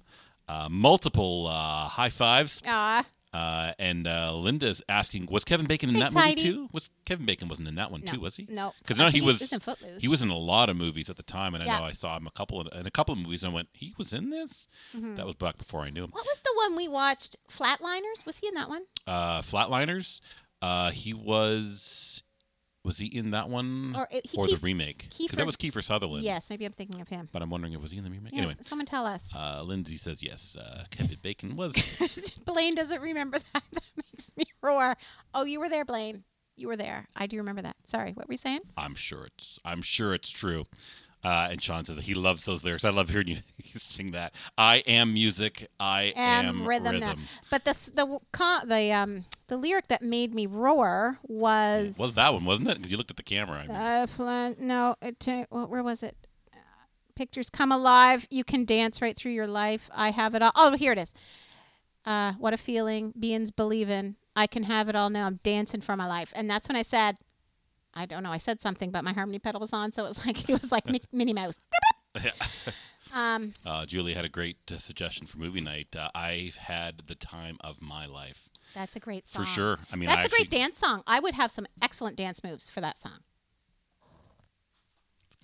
Speaker 1: uh, multiple uh, high fives,
Speaker 2: Aw,
Speaker 1: uh, and uh, Linda's asking, "Was Kevin Bacon in
Speaker 2: Thanks,
Speaker 1: that movie
Speaker 2: Heidi.
Speaker 1: too? Was Kevin Bacon wasn't in that one
Speaker 2: No.
Speaker 1: too? Was he?
Speaker 2: No.
Speaker 1: because
Speaker 2: I
Speaker 1: no,
Speaker 2: think
Speaker 1: he
Speaker 2: he
Speaker 1: was.
Speaker 2: was in Footloose.
Speaker 1: He was in a lot of movies at the time, and I
Speaker 2: Yeah.
Speaker 1: know I saw him a couple in, in a couple of movies, and I went, "He was in this." That was back before I knew him.
Speaker 2: Mm-hmm. what was the one we watched? Flatliners? Was he in that one?
Speaker 1: Uh, Flatliners. Uh, he was. Was he in that one
Speaker 2: Or it- he-
Speaker 1: the
Speaker 2: Kiefer-
Speaker 1: remake? Because that
Speaker 2: Kiefer-
Speaker 1: was Kiefer Sutherland.
Speaker 2: Yes, maybe I'm thinking of him.
Speaker 1: But I'm wondering if was he in the remake.
Speaker 2: Yeah,
Speaker 1: Anyway,
Speaker 2: someone tell us.
Speaker 1: Uh, Lindsay says yes. Uh, Kevin Bacon was.
Speaker 2: Blaine doesn't remember that. That makes me roar. Oh, you were there, Blaine. You were there. I do remember that. Sorry, what were you saying?
Speaker 1: I'm sure it's. I'm sure it's true. Uh, and Sean says he loves those lyrics. I love hearing you sing that. I am music. I am, rhythm.
Speaker 2: now. But the s- the w- con, the um the lyric that made me roar was
Speaker 1: Was that one wasn't it? 'Cause You looked at the camera. I mean.
Speaker 2: Uh, flan- no, it ta- what, where was it? Uh, Pictures come alive. You can dance right through your life. I have it all. Oh, here it is. Uh, what a feeling. Beings believing. I can have it all now. I'm dancing for my life. And that's when I said, I don't know. I said something, but my harmony pedal was on, so it was like it was like Mi- Minnie Mouse. um,
Speaker 1: uh, Julie had a great uh, suggestion for movie night. Uh, I've had the time of my life
Speaker 2: that's a great
Speaker 1: for
Speaker 2: song.
Speaker 1: sure. I mean,
Speaker 2: Ah. That's
Speaker 1: I
Speaker 2: a great
Speaker 1: actually-
Speaker 2: dance song. I would have some excellent dance moves for that song.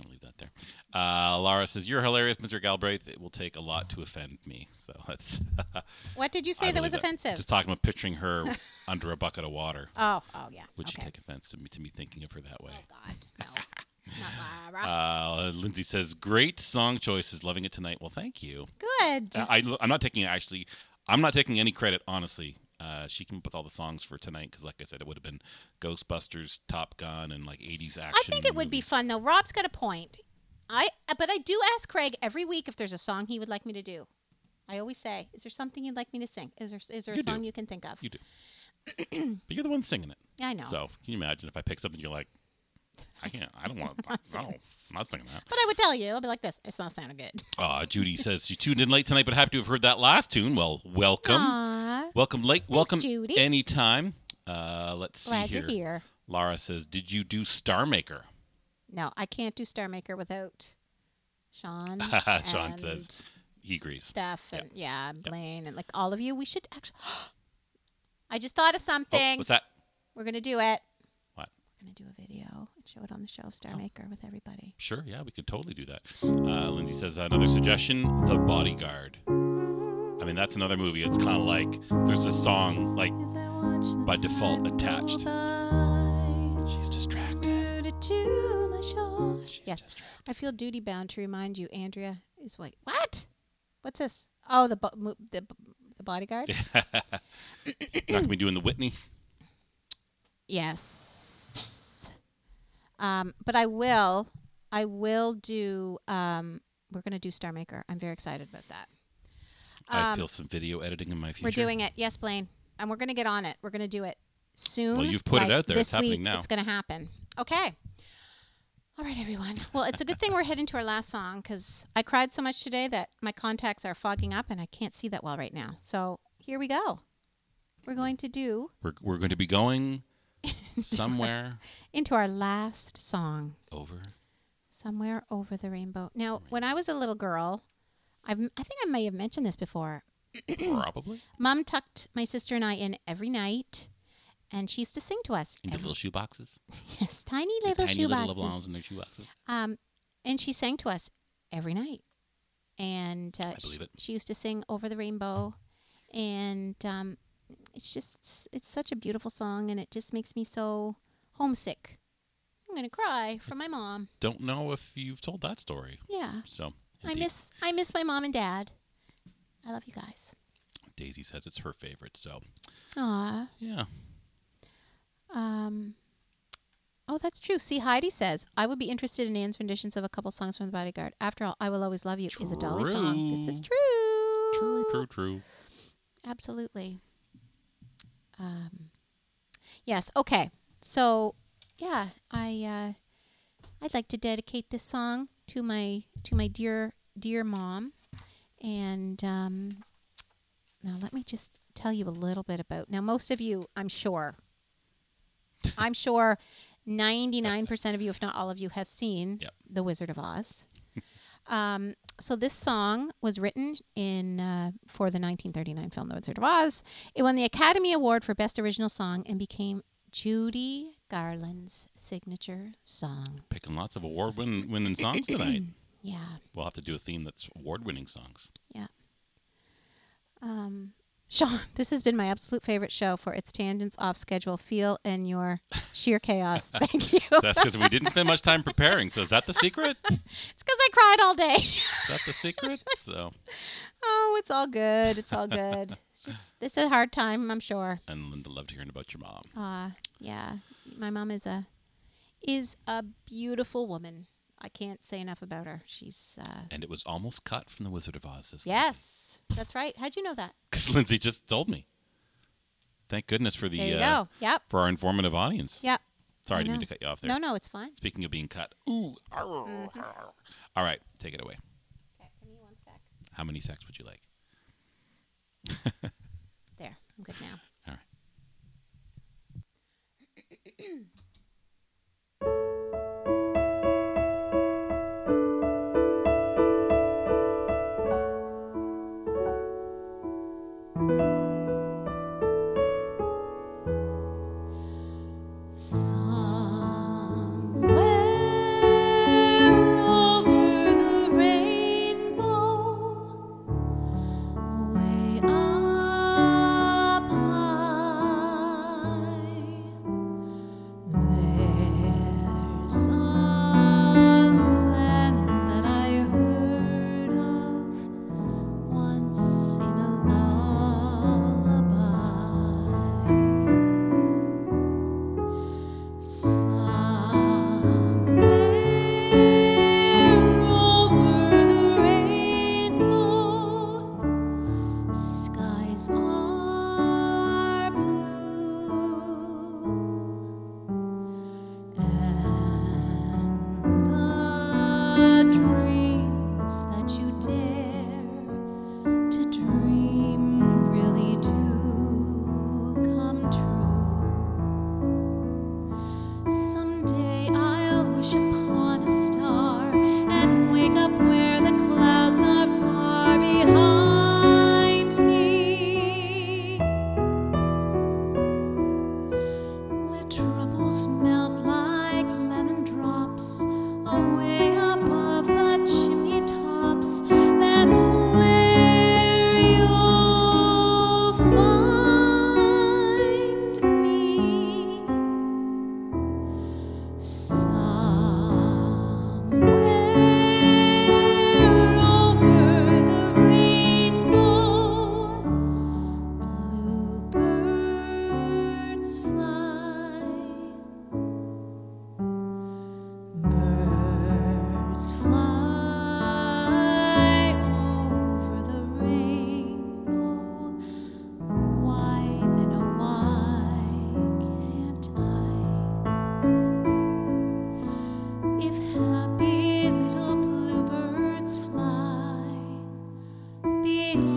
Speaker 1: I'll leave that there. Uh, Laura says you're hilarious, Mr. Galbraith. It will take a lot to offend me. So that's.
Speaker 2: What did you
Speaker 1: I
Speaker 2: say that was
Speaker 1: believe
Speaker 2: offensive?
Speaker 1: Just talking about picturing her under a bucket of water.
Speaker 2: oh, oh yeah.
Speaker 1: Would
Speaker 2: okay.
Speaker 1: she take offense to me, to me thinking of her that way?
Speaker 2: God, no. Not Lara.
Speaker 1: Uh, Lindsay says, "Great song choices, loving it tonight." Well, thank you.
Speaker 2: Good.
Speaker 1: Uh, I, am not taking actually. I'm not taking any credit, honestly. Uh, she came up with all the songs for tonight because, like I said, it would have been Ghostbusters, Top Gun, and like 80s action.
Speaker 2: I think it would be
Speaker 1: movies.
Speaker 2: fun though. Rob's got a point. I but I do ask Craig every week if there's a song he would like me to do. I always say, "Is there something you'd like me to sing? Is there is there a
Speaker 1: You do.
Speaker 2: song you can think of?"
Speaker 1: You do, but you're the one singing it.
Speaker 2: Yeah, I know.
Speaker 1: So can you imagine if I pick something you're like, I can't. I don't want.
Speaker 2: not
Speaker 1: no,
Speaker 2: singing
Speaker 1: I'm not singing that.
Speaker 2: But I would tell you, I'll be like this. It's not sounding good.
Speaker 1: Uh, Judy says she tuned in late tonight, but happy to have heard that last tune. Well, welcome.
Speaker 2: Aw,
Speaker 1: Welcome late. welcome
Speaker 2: Judy.
Speaker 1: anytime. Uh, let's see
Speaker 2: glad
Speaker 1: here.
Speaker 2: you're here.
Speaker 1: Lara says, "Did you do Star Maker?"
Speaker 2: No, I can't do Star Maker without Sean.
Speaker 1: Sean
Speaker 2: and
Speaker 1: says, "He agrees."
Speaker 2: Steph and yeah, Blaine and like all of you. We should actually. I just thought of
Speaker 1: Oh,
Speaker 2: something.
Speaker 1: what's that?
Speaker 2: We're gonna do it.
Speaker 1: What?
Speaker 2: We're gonna do a video. show it on the show of
Speaker 1: Oh.
Speaker 2: Star Maker with everybody.
Speaker 1: Sure, yeah, we could totally do that. Uh, Lindsay says another suggestion: The Bodyguard. I mean, that's another movie. It's kind of like there's a song like
Speaker 4: As I watch the
Speaker 1: by default attached.
Speaker 4: tide
Speaker 1: She's distracted.
Speaker 4: floated to my shore.
Speaker 1: She's
Speaker 2: Yes.
Speaker 1: distracted.
Speaker 2: I feel duty bound to remind you, Andrea is white. What? What's this? Oh, the bo- mo- the b- the bodyguard.
Speaker 1: Not gonna be doing the Whitney.
Speaker 2: yes. Um, but I will. I will do. Um, we're gonna do Star Maker. I'm very excited about that.
Speaker 1: I
Speaker 2: Um,
Speaker 1: feel some video editing in my future.
Speaker 2: We're doing it. Yes, Blaine. And we're going to get on it. We're going to do it soon.
Speaker 1: Well, you've put it
Speaker 2: like
Speaker 1: out there.
Speaker 2: This
Speaker 1: It's happening
Speaker 2: week.
Speaker 1: now.
Speaker 2: It's going to happen. Okay. All right, everyone. Well, it's a good thing we're heading to our last song because I cried so much today that my contacts are fogging up and I can't see that well right now. So here we go. We're going to do
Speaker 1: We're we're going to be going somewhere
Speaker 2: into our last song.
Speaker 1: over.
Speaker 2: Somewhere over the rainbow. Now, when I was a little girl, I've, I think I may have mentioned this before.
Speaker 1: Probably
Speaker 2: Mom tucked my sister and I in every night, and she used to sing to us.
Speaker 1: into
Speaker 2: every-
Speaker 1: little shoe boxes,
Speaker 2: yes, tiny
Speaker 1: The
Speaker 2: little
Speaker 1: tiny little
Speaker 2: shoeboxes.
Speaker 1: Leblons in their shoe boxes.
Speaker 2: Um, and she sang to us every night, and uh, sh-
Speaker 1: believe it.
Speaker 2: she used to sing "Over the Rainbow," and um, it's just it's such a beautiful song, and it just makes me so homesick. I'm gonna cry for my mom.
Speaker 1: Don't know if you've told that story.
Speaker 2: Yeah,
Speaker 1: So
Speaker 2: I
Speaker 1: indeed,
Speaker 2: miss I miss my mom and dad. I love you guys.
Speaker 1: Daisy says it's her favorite. So
Speaker 2: Aww.
Speaker 1: yeah,
Speaker 2: Um, oh, that's true. See, Heidi says, I would be interested in Anne's renditions of a couple songs from The Bodyguard. After all, I Will Always Love You is a Dolly song. This is true.
Speaker 1: true, true, true.
Speaker 2: Absolutely. Um, yes. Okay. So, yeah, I uh, I'd like to dedicate this song to my to my dear dear mom, and um, now let me just tell you a little bit about. Now, most of you, I'm sure, I'm sure, ninety nine percent of you, if not all of you, have seen
Speaker 1: Yep.
Speaker 2: The Wizard of Oz. Um, so this song was written in uh, for the 1939 film The Wizard of Oz. It won the Academy Award for Best Original Song and became Judy Garland's signature song.
Speaker 1: Picking lots of award-winning songs tonight.
Speaker 2: Yeah,
Speaker 1: We'll have to do a theme that's award-winning songs.
Speaker 2: yeah. Um, Sean, this has been my absolute favorite show for its tangents off schedule, feel, and your sheer chaos. Thank you. It's
Speaker 1: That's because we didn't spend much time preparing. So is that the secret? Is
Speaker 2: because I cried all day.
Speaker 1: that the secret? So
Speaker 2: oh, it's all good. It's all good. It's just this is a hard time, I'm sure.
Speaker 1: and Linda loved hearing about your mom.
Speaker 2: Ah, yeah. My mom is a is a beautiful woman. I can't say enough about her. She's uh
Speaker 1: And it was almost cut from The Wizard of Oz. This
Speaker 2: Yes. That's right. How'd you know that?
Speaker 1: because Lindsay just told me. Thank goodness for the
Speaker 2: There you
Speaker 1: uh,
Speaker 2: go. Yep.
Speaker 1: for our informative audience.
Speaker 2: Yep.
Speaker 1: Sorry, I didn't
Speaker 2: I
Speaker 1: mean to
Speaker 2: know.
Speaker 1: cut you off there.
Speaker 2: No, Mm-hmm. no, it's fine.
Speaker 1: Speaking of being cut, ooh, arr, arr. all right, take it away.
Speaker 2: Okay, give me one sec.
Speaker 1: How many sacks would you like?
Speaker 2: There. I'm good now.
Speaker 1: All right.
Speaker 4: Somewhere over the rainbow, way up high, there's a land that I heard of once in a lullaby. Somewhere over the rainbow, skies are blue, and the dreams that you dare to dream really do come true. Someday I'll wish upon a star and wake up where the clouds are far behind me. oh,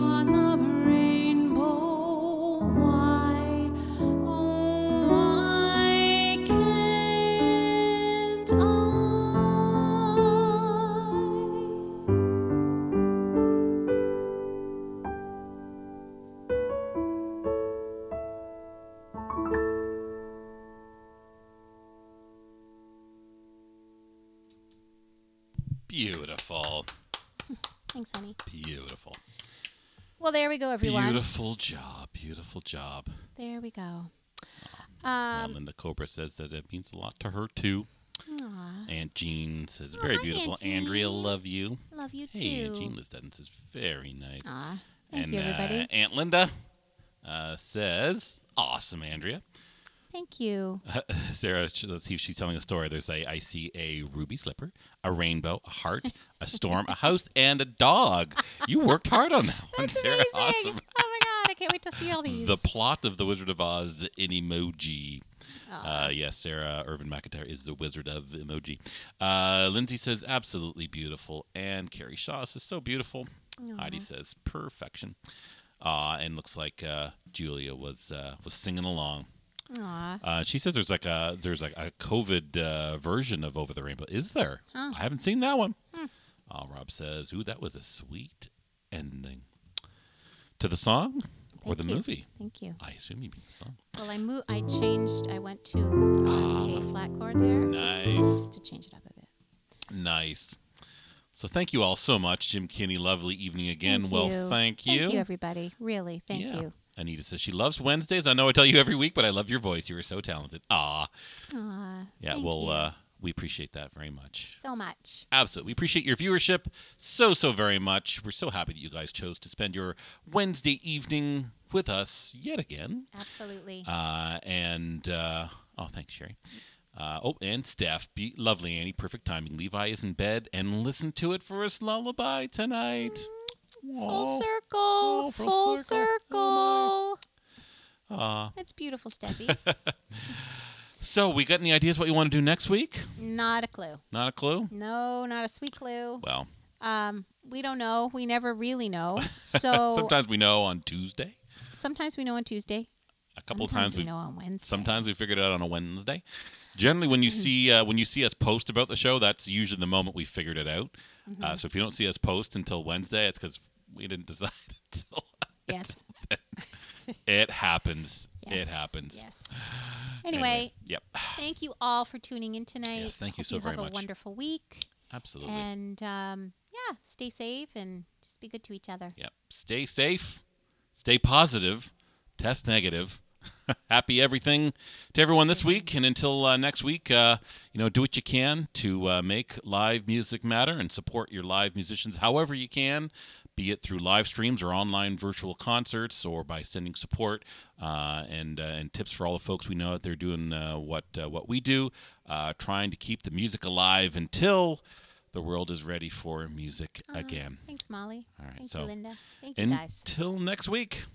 Speaker 2: Oh, honey.
Speaker 1: Beautiful.
Speaker 2: Well, there we go, everyone.
Speaker 1: Beautiful job. Beautiful job.
Speaker 2: There we go.
Speaker 1: Uh,
Speaker 2: Um,
Speaker 1: Linda Cobra says that it means a lot to her too. Aunt Jean says, very
Speaker 2: hi,
Speaker 1: beautiful.
Speaker 2: Aunt
Speaker 1: Andrea,
Speaker 2: Jean.
Speaker 1: love you.
Speaker 2: Love you
Speaker 1: Hey, Aunt Jean
Speaker 2: too.
Speaker 1: Liz Dutton says, very nice.
Speaker 2: Aw, thank
Speaker 1: and
Speaker 2: you,
Speaker 1: Uh,
Speaker 2: everybody.
Speaker 1: Aunt Linda uh, says, awesome, Andrea.
Speaker 2: Thank you.
Speaker 1: Sarah, sh- let's see if she's telling a story. There's a, I see a ruby slipper, a rainbow, a heart, a storm, a house, and a dog. You worked hard on that one, Sarah.
Speaker 2: Amazing.
Speaker 1: Awesome.
Speaker 2: Oh my god, I can't wait to see all these.
Speaker 1: The plot of The Wizard of Oz in emoji. Uh, yes, Sarah Irvin McIntyre is the Wizard of emoji. Uh, Lindsay says, absolutely beautiful. And Carrie Shaw says, so beautiful. Heidi says, perfection. Uh, and looks like uh, Julia was uh, was singing along.
Speaker 2: Aw.
Speaker 1: Uh, she says there's like a there's like a COVID uh, version of Over the Rainbow. Is there? I haven't seen that one.
Speaker 2: Hmm.
Speaker 1: Uh, Rob says, "Ooh, that was a sweet ending to the song or
Speaker 2: Thank
Speaker 1: the
Speaker 2: you.
Speaker 1: movie."
Speaker 2: Thank you.
Speaker 1: I assume you mean the song.
Speaker 2: Well, I moved. I changed. I went to um, a flat chord there. just-
Speaker 1: Ah. Nice.
Speaker 2: Just, to change it up a bit.
Speaker 1: Nice. So thank you all so much, Jim Kinney. Lovely evening again. well,
Speaker 2: you.
Speaker 1: thank you.
Speaker 2: Thank you, everybody. Really, thank
Speaker 1: Yeah.
Speaker 2: you.
Speaker 1: Anita says she loves Wednesdays. I know I tell you every week, but I love your voice. You are so talented. Ah,
Speaker 2: Aw,
Speaker 1: yeah.
Speaker 2: thank
Speaker 1: well,
Speaker 2: you
Speaker 1: Uh, we appreciate that very much.
Speaker 2: so much.
Speaker 1: Absolutely. We appreciate your viewership so, so very much. We're so happy that you guys chose to spend your Wednesday evening with us yet again.
Speaker 2: Absolutely.
Speaker 1: Uh, and, uh, oh, thanks, Sherry. Uh, oh, and Steph, be lovely, Annie. Perfect timing. Levi is in bed and listen to it for his lullaby tonight.
Speaker 2: full
Speaker 1: Aw.
Speaker 2: circle.
Speaker 1: Oh, full
Speaker 2: full,
Speaker 1: circle.
Speaker 2: circle.
Speaker 1: Oh, Uh.
Speaker 2: That's beautiful, Steffi.
Speaker 1: So, we got any ideas what you want to do next week?
Speaker 2: not a clue.
Speaker 1: Not a clue?
Speaker 2: No, not a sweet clue.
Speaker 1: Well,
Speaker 2: Um, we don't know. We never really know. So
Speaker 1: sometimes we know on Tuesday.
Speaker 2: sometimes we know on Tuesday.
Speaker 1: A couple
Speaker 2: sometimes
Speaker 1: times
Speaker 2: we
Speaker 1: we've
Speaker 2: know on Wednesday.
Speaker 1: Sometimes we figure it out on a Wednesday. Generally, when you
Speaker 2: Mm-hmm.
Speaker 1: see uh, when you see us post about the show, that's usually the moment we figured it out.
Speaker 2: Mm-hmm.
Speaker 1: Uh, so if you don't see us post until Wednesday, it's because we didn't decide until
Speaker 2: Yes.
Speaker 1: it happens.
Speaker 2: yes.
Speaker 1: It happens.
Speaker 2: Yes. Anyway,
Speaker 1: yep,
Speaker 2: thank you all for tuning in tonight.
Speaker 1: Yes, thank you
Speaker 2: Hope
Speaker 1: so
Speaker 2: you
Speaker 1: very
Speaker 2: have
Speaker 1: much.
Speaker 2: a wonderful week.
Speaker 1: absolutely.
Speaker 2: And um, yeah, stay safe and just be good to each other.
Speaker 1: yep. Stay safe. Stay positive. Test negative. Happy everything to everyone this week, and until uh, next week, uh, you know, do what you can to uh, make live music matter and support your live musicians however you can, be it through live streams or online virtual concerts or by sending support uh, and uh, and tips for all the folks we know out there doing uh, what uh, what we do, uh, trying to keep the music alive until the world is ready for music again.
Speaker 2: Thanks, Molly.
Speaker 1: All right,
Speaker 2: Thank
Speaker 1: so-
Speaker 2: you, Linda. Thank you, guys.
Speaker 1: Until next week.